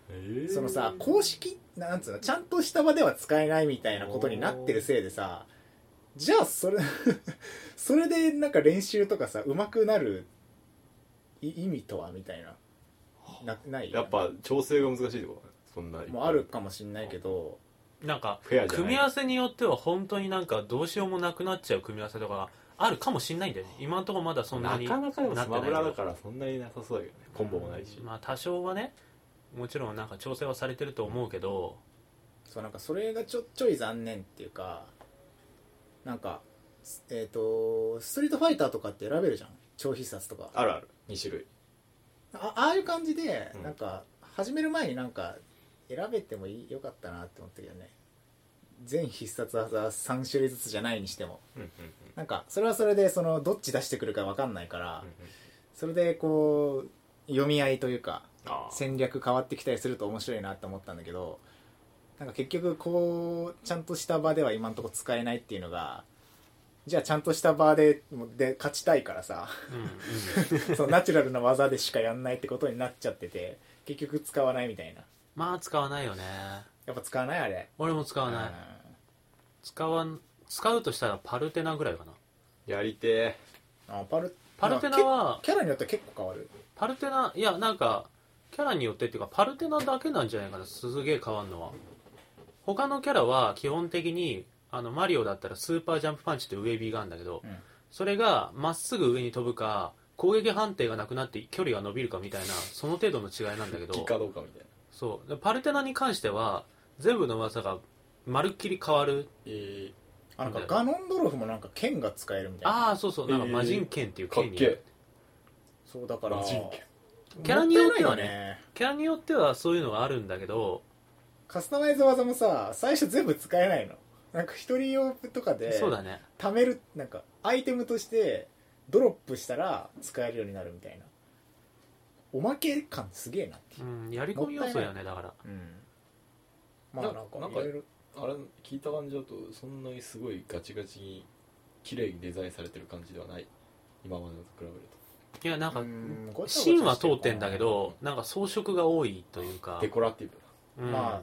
S1: そのさ公式なんつうのちゃんとした場では使えないみたいなことになってるせいでさじゃあそれ [laughs] それでなんか練習とかさ上手くなるい意味とはみたいななない
S4: やっぱ調整が難しいってことだねそんな
S1: もうあるかもしんないけど
S3: なんか
S4: フェアじゃない
S3: 組み合わせによっては本当になんかどうしようもなくなっちゃう組み合わせとかがあるかもしんないんだよね今のところまだそんな
S4: な
S3: に
S4: かなかでも
S3: なっ
S4: ス
S3: てな
S4: マ
S3: いけ
S4: ブ
S3: ど
S4: ラだからそんなになさそうだけどねコンボもないし
S3: まあ多少はねもちろんなんか調整はされてると思うけど
S1: そうなんかそれがちょちょい残念っていうかなんかすえっ、とストリートファイターとかって選べるじゃん超必殺とかあ
S4: あるある2種類
S1: ああいう感じで、
S4: うん
S1: なんか始める前になんか選べてもいいよかったなって思ったけどね全必殺技3種類ずつじゃないにしても
S4: うんうん
S1: なんかそれはそれでそのどっち出してくるか分かんないから、それでこう読み合いというか
S4: あー
S1: 戦略変わってきたりすると面白いなと思ったんだけどなんか結局こうちゃんとした場では今んとこ使えないっていうのがじゃあちゃんとした場でもうで勝ちたいからさ
S3: う
S1: [laughs]
S3: ん [laughs]
S1: そのナチュラルな技でしかやんないってことになっちゃってて結局使わないみたいな
S3: まあ使わないよね
S1: やっぱ使わないあれ
S3: 俺も使わ
S1: うん
S3: ない使わん使うとしたらパルテナぐらいかな
S4: やりて
S1: あパル
S3: パルテナは
S1: けキャラによって結構変わる
S3: パルテナいやなんかキャラによってっていうかパルテナだけなんじゃないかなすげえ変わんのは他のキャラは基本的にあのマリオだったらスーパージャンプパンチって上 B があるんだけど、
S1: うん
S3: それがまっすぐ上に飛ぶか攻撃判定がなくなって距離が伸びるかみたいなその程度の違いなんだけ
S4: ー
S3: ど
S4: 木かどうかみたいな
S3: そうでパルテナに関しては全部の技がまるっきり変わる
S4: え
S1: あなんかガノンドロフもなんか剣が使えるみたいな
S3: ああそうそうなんか魔人剣っていう
S4: ーかっ
S3: 剣に、
S4: けえ
S1: そうだから
S4: マジか
S3: キャラによっては
S1: もた
S3: ね
S1: いないよ
S3: キャラによってはそういうのがあるんだけど、
S1: カスタマイズ技もさ最初全部使えないのなんか一人用とかで
S3: そうだね
S1: 貯めるなんかアイテムとしてドロップしたら使えるようになるみたいなおまけ感すげえなっていう
S3: うんやり込み要素だよねだから
S1: うんまあなんか
S4: なんか
S1: いろいろ
S4: あれ聞いた感じだとそんなにすごいガチガチに綺麗にデザインされてる感じではない今までのと比べる
S3: いやなんか
S1: うんごちゃごちゃしてる
S3: 芯は通ってんだけどなんか装飾が多いという
S4: と
S3: か
S4: デ、コラティブ
S3: うん
S1: まあ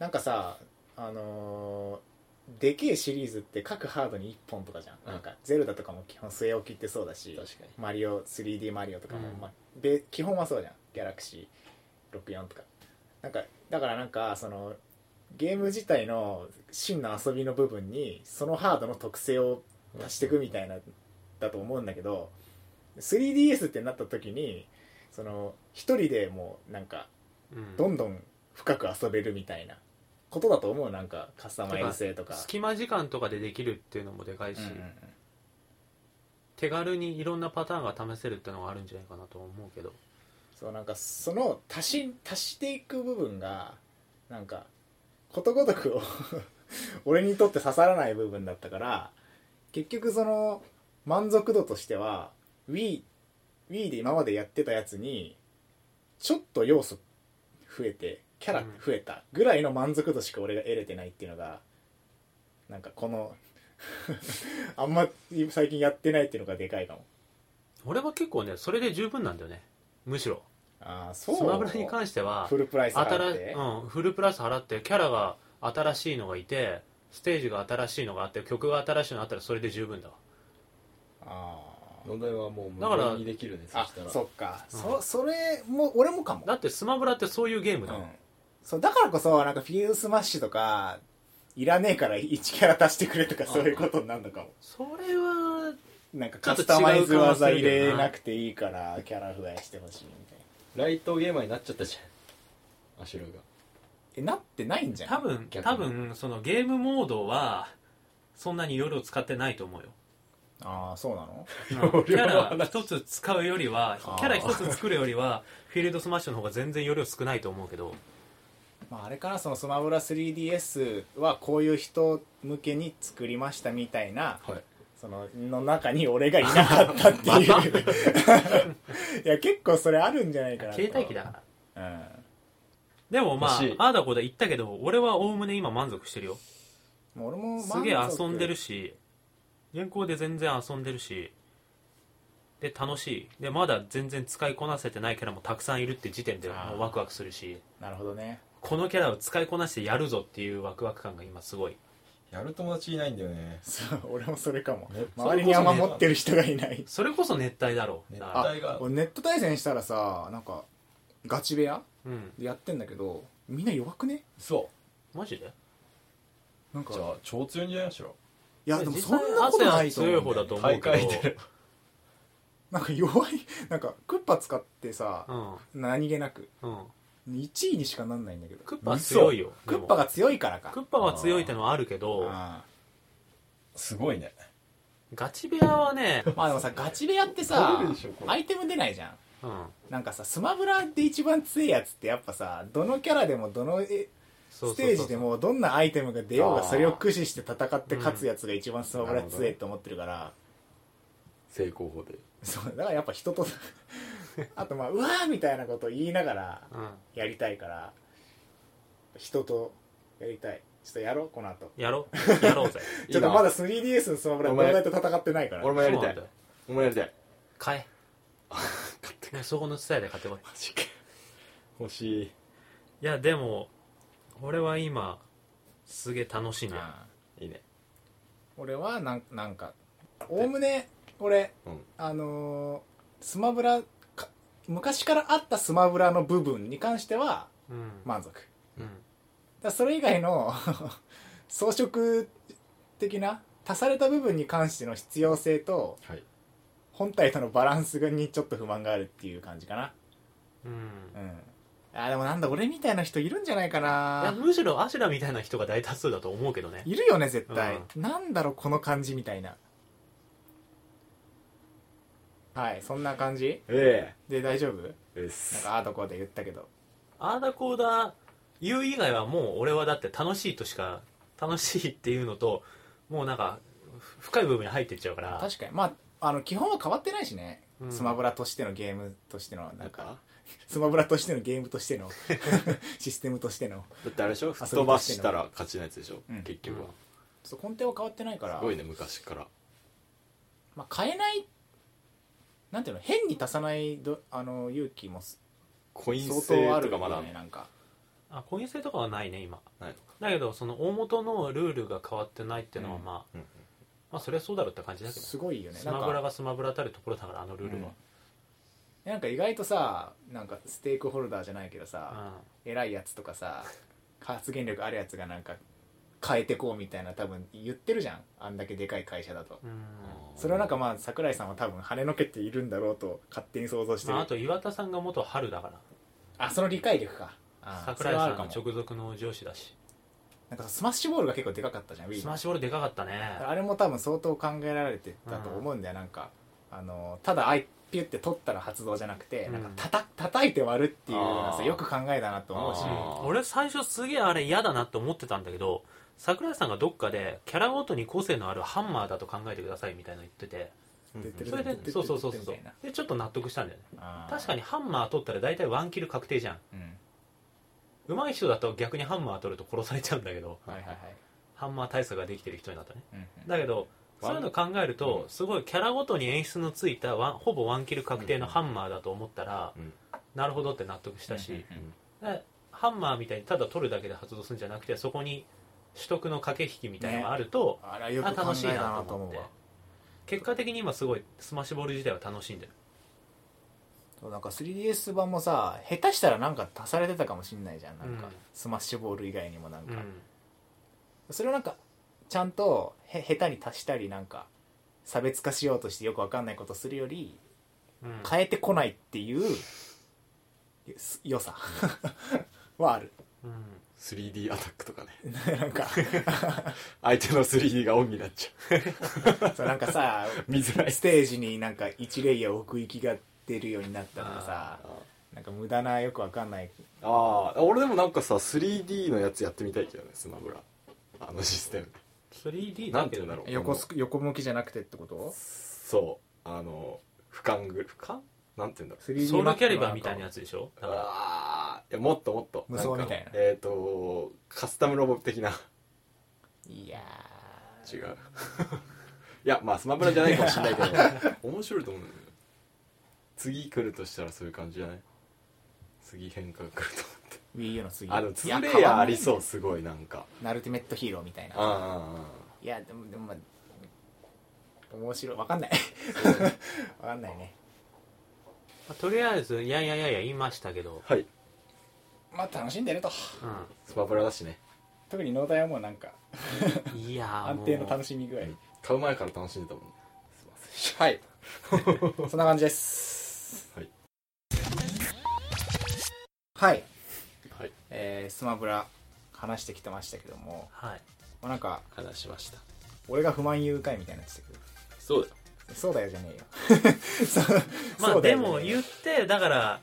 S1: なんかさあのーでけえシリーズって各ハードに1本とかじゃん、
S4: うん
S1: なんかゼルダとかも基本据え置きってそうだし
S4: な確かに
S1: マリオ 3D マリオとかも、
S3: うん
S1: まあ、べ基本はそうじゃんギャラクシー64とかなんかだからなんかそのゲーム自体の真の遊びの部分にそのハードの特性を足していくみたいなだと思うんだけど 3DS ってなった時にその一人でもうなんか
S3: うん
S1: どんどん深く遊べるみたいなことだと思うなんかカスタマイズ性とか
S3: 隙間時間とかでできるっていうのもでかいし、
S1: うんうんうん
S3: 手軽にいろんなパターンが試せるっていうのがあるんじゃないかなと思うけど
S1: そうなんかその足し足していく部分がなんかことごとくを [laughs] 俺にとって刺さらない部分だったから結局その満足度としては WiiWii で今までやってたやつにちょっと要素増えてキャラ増えたぐらいの満足度しか俺が得れてないっていうのがなんかこの [laughs] あんま最近やってないっていうのがでかいかも
S3: 俺は結構ねそれで十分なんだよねむしろ
S1: ああそう
S3: スマブラに関しては
S1: フルプライス払って
S3: 新うん、フルプラス払ってキャラが新しいのがいてステージが新しいのがあって曲が新しいのがあったらそれで十分だわ
S1: あー
S4: 問題はもう無
S3: だから
S4: 限にできるねそ
S1: あ
S4: したら
S1: そっか、
S3: うん
S1: そそれも俺もかも
S3: だってスマブラってそういうゲームだ
S1: う
S3: もん、
S1: ん、そうだからこそなんかフィールスマッシュとかいらねえから1キャラ足してくれとかそういうことになるのかも
S3: それは
S1: なんか
S3: ちょ
S1: カ
S3: っと
S1: ス
S3: 違う顔
S1: タマイズ技
S3: する
S1: 入
S3: けどな
S1: れなくていいからキャラ増やしてほしいみたいな
S4: ライトゲーマーになっちゃったじゃんアシュラが
S1: えなってないんじゃん
S3: 多分
S4: 逆に
S3: 多分そのゲームモードはそんなにいろいろ使ってないと思うよ
S1: ああそうなの
S3: キャラ一つ使うよりは
S1: あー
S3: キャラ一つ作るよりはフィールドスマッシュの方が全然容量少ないと思うけど
S1: まあ、あれかなそのスマブラ 3DS はこういう人向けに作りましたみたいな
S4: はい
S1: そのの中に俺がいなかったって
S3: [laughs]
S1: いういや結構それあるんじゃないかなと
S3: 携帯機だから
S1: うん
S3: でもまあ
S4: 欲しい
S3: ああだこうだ言ったけど俺はおおむね今満足してるよ
S1: もう俺も
S3: すげえ遊んでる
S1: し
S3: し現行で全然遊んでるしで楽しいでまだ全然使いこなせてないキャラもたくさんいるって時点で
S1: あー
S3: もうワクワクするし
S1: なるほどね
S3: このキャラを使いこなしてやるぞっていうワクワク感が今すごい
S4: やる友達いないんだよね
S1: そう俺もそれかも
S4: ね
S1: 周りにあんま持ってる人がい
S3: [laughs]
S1: ない
S3: それこそ熱帯だろう
S4: 熱帯
S3: だか
S1: あ
S3: ら
S4: 対が
S1: 俺ネット対戦したらさなんかガチ部屋
S3: うん
S1: でやってんだけどみんな弱くね
S4: そ
S3: マジで
S1: なん
S4: う
S1: か
S4: じゃあ超強いんじゃないアシュラ
S1: いやでもそんなことないと思うんだよね
S3: 強い方だと思う
S4: 大
S3: けど
S4: 会で
S1: なんか弱いなんかクッパ使ってさ
S3: う、ん
S1: 何気なく
S3: うん
S1: 1位にしかなんないんだけど
S3: クッパは強いよ
S1: クッパ
S3: が
S1: が強いからか
S3: クッパは強いってのはあるけど
S1: あ
S4: すごいね
S3: ガチ部屋はね
S1: [laughs] ーまあでもさガチ部屋って
S4: 取
S1: さ
S4: れるでしょこれ
S1: アイテム出ないじゃん
S3: うん
S1: なんかさスマブラで一番強いやつってやっぱさどのキャラでもどのえ
S3: そうそうそう
S1: ステージでもどんなアイテムが出ようが
S4: あー
S1: それを駆使して戦って勝つやつが一番スマブラ強いと思ってるから、
S2: 成功法で
S1: そうだからやっぱ人
S3: [laughs]
S1: とあとまあうわーみたいなことを言いながら
S3: うん
S1: やりたいから人とやりたいちょっとやろうこの後
S3: やろうやろ
S1: [laughs]
S3: うぜ
S1: ちょっとまだ 3DS のスマブラ
S2: お
S1: どう
S2: 前
S1: やって戦ってないから
S2: 俺も
S3: そ
S2: や
S3: う
S2: り
S3: なんだ
S2: たい
S3: よ
S2: 俺もやりたい
S3: 買えねそこの伝えで買ってこい
S4: マジか欲しい
S3: いやでも俺は今すげえ楽しいな
S1: あー
S4: いいね
S1: 俺はなんなんかおおむね俺、
S4: うん
S1: あのースマブラか昔からあったスマブラの部分に関しては
S3: うん、
S1: 満足
S3: うん
S1: だからそれ以外の [laughs] 装飾的な足された部分に関しての必要性と
S4: はい
S1: 本体とのバランスにちょっと不満があるっていう感じかな
S3: うん
S1: うんあーでもなんだ俺みたいな人いるんじゃないか
S3: い
S1: な
S3: やむしろアシュラみたいな人が大多数だと思うけどね
S1: いるよね絶対、なんだろうこの感じみたいなはいそんな感じ
S4: え
S1: で大丈夫
S4: ええっ
S1: なん
S4: す
S1: かあーどこうで言ったけど
S3: あーだこうだ言う以外はもう俺はだって楽しいとしか楽しいっていうのともうなんかふ深い部分に入ってっちゃうから
S1: 確かにまああの基本は変わってないしね、
S3: うん
S1: スマブラとしてのゲームとしてのな
S4: なんん
S1: か
S4: か
S1: スマブラとしてのゲームとしてのシステムとしての
S4: だってあれでしょ吹っ飛ばしたら勝ちのやつでしょ、
S1: うん
S4: 結局は
S1: そう根底は変わってないから
S4: すごいね昔から
S1: まあ、変えないなんていうの変に足さないどあの勇気も相
S4: コイン制
S1: 当ある
S4: と
S1: よ
S4: かまだ
S1: ねなんか
S3: あ婚姻制とかはないね今
S4: ないのか
S3: だけどその大元のルールが変わってないっていうのはまあ、
S4: うんうん
S3: まあそれはそうだろうって感じだけど
S1: すごいよね
S3: ス
S1: なん
S3: マブラ
S1: か
S3: がスマブラたるところだからあのルールは、
S1: なんか意外とさなんかステークホルダーじゃないけど
S3: う
S1: さ、
S3: ん
S1: 偉いやつとかさ発言力あるやつがなんか変えてこうみたいな多分言ってるじゃんあんだけでかい会社だと、
S3: うん
S1: それはなんかまあ桜井さんは多分跳ねのけているんだろうと勝手に想像してる、
S3: まあ、あと岩田さんが元春だから
S1: あその理解力かあーそ
S3: 桜
S1: れ
S3: 井
S1: はあ
S3: さ
S1: る
S3: ん
S1: か
S3: の
S1: も
S3: 直属の上司だし
S1: なんかさスマッシュボールが結構でかかったじゃん Wii の
S3: スマッシュボールでかかったね
S1: あれも多分相当考えられてたと思うんだよ、なんかあのただあいピュって取ったら発動じゃなくて、
S3: うん
S1: なんかたた叩いて割るっていうのが
S4: あ
S1: さ
S4: ー
S1: よく考えたなと思うし
S4: あー
S3: 俺最初すげえあれ嫌だなって思ってたんだけど桜井さんがどっかでキャラごとに個性のあるハンマーだと考えてくださいみたいなの言ってて
S4: うんうん
S1: 出てる
S3: それでそうそうそうそう
S1: みたいな
S3: でちょっと納得したんだよね
S1: あー
S3: 確かに、ハンマー取ったら大体ワンキル確定じゃん
S1: うん
S3: 上手い人だと逆にハンマー取ると殺されちゃうんだけど
S1: はいはいはい、
S3: ハンマー対策ができてる人になったね
S1: うん
S3: だけどそういうの考えるとすごいキャラごとに演出のついたワンほぼワンキル確定のハンマーだと思ったら、
S2: うん
S3: なるほどって納得したし、
S1: うん
S3: でハンマーみたいにただ取るだけで発動するんじゃなくてそこに取得の駆け引きみたいなのがあると、
S1: あらよく考
S3: 楽しい
S1: えた
S3: な
S1: な
S3: と
S1: と
S3: 思っ
S1: 思う
S3: て
S1: わ
S3: 結果的に今すごいスマッシュボール自体は楽しんでる
S1: そうなんか 3DS 版もさ下手したらなんか足されてたかもしんないじゃんなんか、
S3: うん
S1: スマッシュボール以外にもなん
S3: う
S1: か、
S3: ん
S1: それをなんかちゃんとへ下手に足したりなんか差別化しようとしてよくわかんないことするより
S3: うん
S1: 変えてこないっていうす良さ [laughs] はある [laughs]
S3: うん、
S2: 3D アタックとかね
S1: なんか
S2: 相手の 3D がオンになっちゃ
S1: そうなんかさ
S2: う見づらい
S1: ステージになんか1レイヤー奥行きが出るようになったとかさ
S2: あ
S1: なんか無駄なよくわかんない
S2: あー俺でもなんかさ 3D のやつやってみたいけどねスマブラあのシステム
S3: 3D
S2: な
S3: だ
S2: んて
S3: け
S2: 言う
S3: ど
S2: んだろう
S1: 横すく横向きじゃなくてってこと
S2: そうあの俯瞰ぐ俯瞰なんて言うんだろう
S1: 3D
S3: ソウルキャリバーみたいなや
S1: つ
S3: つでしょだから
S2: ああいやもっともっと
S1: 無双みたいなん
S2: かえっ、とカスタムロボ的ない
S1: や
S2: 違う [laughs] いやまあスマブラじゃないかもしれ
S1: [laughs]
S2: ないけど面白いと思うんだよね次来るとしたらそういう感じじゃない次変化が来ると思って
S1: ー WiiU の次
S2: あでもツ
S1: いや
S2: ーレイヤーあり
S1: 変
S2: そ
S1: わん
S2: うすごいなんか
S1: ないナルティメットヒーローみたいな
S2: あ
S1: いやでもでもまあ面白いわかんないわかんないね
S3: まあとりあえずいやいやいやいや言いましたけど
S2: あ、はい
S1: まあ楽しんでると
S3: う
S2: スマブラだしね
S1: 特に農大はもうなんか
S3: んいやー
S1: 安
S3: もう
S1: 定の楽しみ具合
S2: 買う前から楽しんでたもんねすいませ
S1: はいそんな感じです
S2: はい
S1: はい、
S2: んはい
S1: えースマブラ話してきてましたけども、
S3: はい
S1: まあ、なんか
S2: 話しました
S1: 俺が不満誘拐みたいになってたけど
S2: そうだよ
S1: そうだよじゃねえよ
S3: [laughs]
S1: [laughs] そう
S3: ま
S1: そ
S3: あ
S1: うだ
S3: で
S1: よじゃねえよ
S3: も言ってだから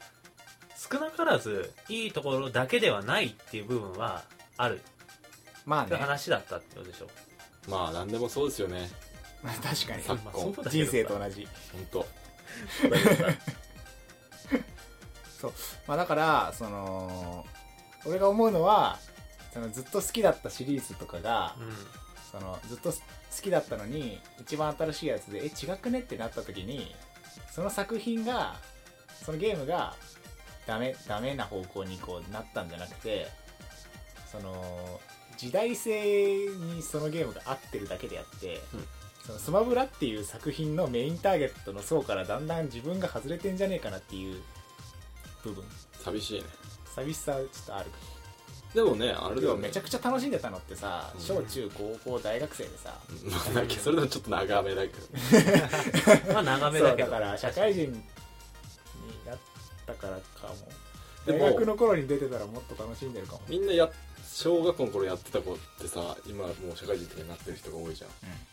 S3: 少なからずいいところだけではないっていう部分はある
S1: まあ
S3: って
S1: ね、
S3: 話だったってことでしょ
S2: まあ何でもそうですよね
S1: まあ、確か
S2: さ
S1: に
S2: っ
S3: まあ
S2: こう
S3: そうだけどさ
S1: 人生と同じ
S2: 本当
S1: まあだからその俺が思うのはそのずっと好きだったシリーズとかが、
S3: う
S1: そのずっと好きだったのに一番新しいやつでえ違くねってなった時にその作品がそのゲームがダメダメな方向にこうなったんじゃなくてその時代性にそのゲームが合ってるだけであって、
S2: うん
S1: そのスマブラっていう作品のメインターゲットの層からだんだん自分が外れてんじゃねえかなっていう部分
S2: 寂しいね
S1: 寂しさちょっとある
S2: でもねあれだ
S1: 要
S2: よ
S1: は
S2: ね
S1: めちゃくちゃ楽しんでたのってさ、
S2: うん
S1: 小中高校大学生でさ、
S2: うんまあなんかそれでもちょっと長めだけど
S3: んまあ長め
S1: そ
S3: だ
S1: う
S3: け
S1: だ
S3: ど
S1: から社会人になったからかも
S2: でも
S1: 大学の頃に出てたらもっと楽しんでるかも、
S2: みんなや小学校の頃やってた子ってさ今もう社会人とかになってる人が多いじゃん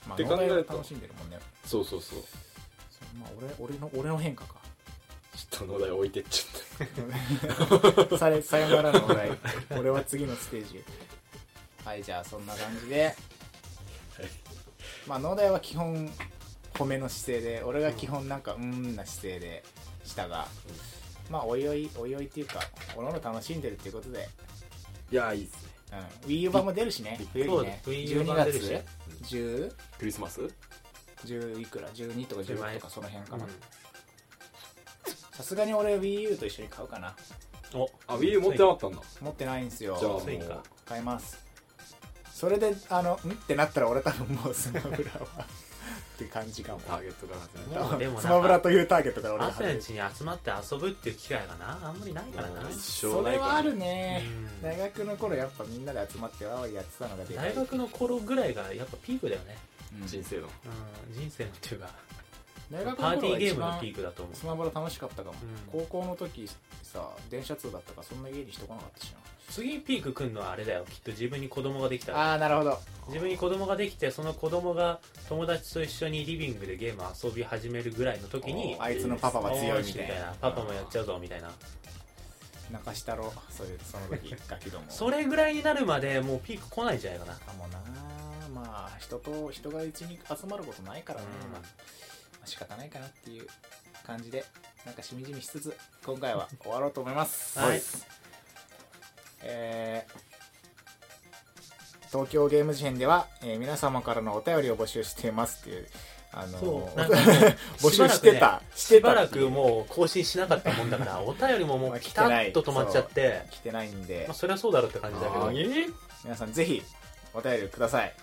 S1: まあ、
S2: って考える
S1: 農
S2: と
S1: 大は楽しんでるもんね
S2: そうそうそ
S1: そ
S2: う
S1: うまあ、俺俺の俺の変化か [laughs]
S2: ちょっと農大置いてっちゃっ
S1: されさよならのお題俺は次のステージへはいじゃあそんな感じでまあ農大は基本褒めの姿勢で俺が基本なんかうーんな姿勢でしたが、まあおいおいおいおいっていうかおのおの楽しんでるっていうことで
S2: たいやいいっすね
S1: うん WiiU 版も出るしね冬にね
S3: そう Wii U 版出るしね
S1: 12月
S2: クリスマス
S1: 1010いくら12とか16とかその辺か
S3: う
S1: なんさすがに俺 WiiU と一緒に買うかな
S3: お
S2: あ Wii U 持ってなかったんだ
S1: 持ってないんすよ
S2: じゃあもう
S3: ついか
S1: 買いますそれであのんってなったら俺多分もうスマブラはって感じか [laughs] も
S2: ターゲットが外れ
S3: もうでもなんか
S1: スマブラというターゲットから俺が
S3: 朝
S1: 外れ
S3: や
S1: る
S3: ちに集まって遊ぶっていう機会がなあんまりないからな
S2: もう一生
S1: そ
S2: ない
S1: れ
S2: か
S1: は
S2: ら
S1: あるね
S3: うん
S1: 大学の頃やっぱみんなで集まってわーわーやってたのがでかい
S3: 大学の頃ぐらいがやっぱピークだよね、
S1: うん
S2: 人生の
S3: うん、人生のっていうか
S1: 大学
S3: パ
S1: の
S3: ーテ
S1: 頃が
S3: ィーゲ
S1: 一
S3: ームの
S1: 番
S3: ピークだと思う
S1: スマブラ楽しかったかも、
S3: うん
S1: 高校の時さ電車通だったからそんな家にしてこなかったし
S3: 次ピークくんのはあれだよきっと自分に子供ができたら
S1: なああなるほど
S3: 自分に子供ができてその子供が友達と一緒にリビングでゲーム遊び始めるぐらいの時に
S1: おーあいつのパパは強いみたいな
S3: おーしパパもやっちゃうぞみたいな
S1: 泣かしたろそういうその
S3: [laughs]
S1: 時ガキども
S3: それぐらいになるまでもうピーク来ないんじゃないかな
S1: かもなまあ人と人がうちに集まることないからね、
S3: うん
S1: まあ、仕方ないかなっていう感じでなんかしみじみしつつ今回は終わろうと思います
S3: はい
S1: えー東京ゲーム事変では、えー皆様からのお便りを募集していますっていう、あのー
S3: そうなんかもう
S1: [laughs] 募集してた、して
S3: したば
S1: っ
S3: ら
S1: ていう
S3: くもう更新しなかったもんだから、お便りもも
S1: まあ
S3: う
S1: 来
S3: ピ
S1: て
S3: タ
S1: な
S3: ッ
S1: い
S3: と止まっちゃって、
S1: 来てないんで
S3: まあ、そりゃそうだろうって感じだけど、
S1: あー皆さんぜひお便りくだ
S3: [laughs]
S1: さい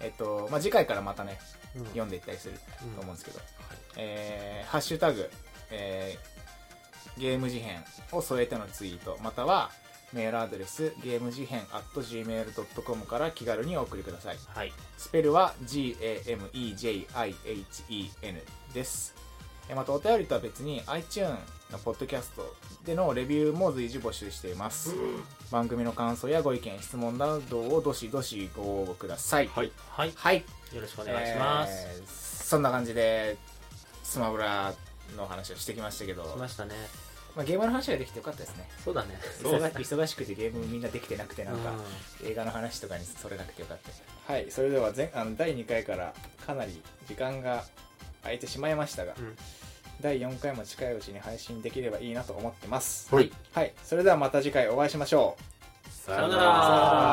S1: えっと、まあ、次回からまたね
S3: うん
S1: 読んでいったりすると思うんですけど、
S3: はい
S1: えーハッシュタグ、えーゲーム事変を添えてのツイートまたはメールアドレスゲーム事変 at gmail.com から気軽にお送りください
S3: はい、
S1: スペルは GAMEJIHEN ですえーまたお便りとは別に iTune のポッドキャストでのレビューも随時募集しています番組の感想やご意見質問などをどしどしご応募ください
S2: はい
S3: はい、
S1: はい
S3: よろしくお願いします。
S1: えーそんな感じでスマブラの話をしてきましたけど
S3: 来ましたね。
S1: まあ、ゲームの話ができてよかったですね
S3: そうだね。
S2: そう
S1: 忙忙しくてゲームみんなできてなくてなんか、映画の話とかにそれなくてよかったですはいそれでは前あの第2回からかなり時間が空いてしまいましたが、
S3: うん
S1: 第4回も近いうちに配信できればいいなと思ってます
S2: はい
S1: はい、それではまた次回お会いしましょう
S2: さ
S3: よなら
S1: さよなら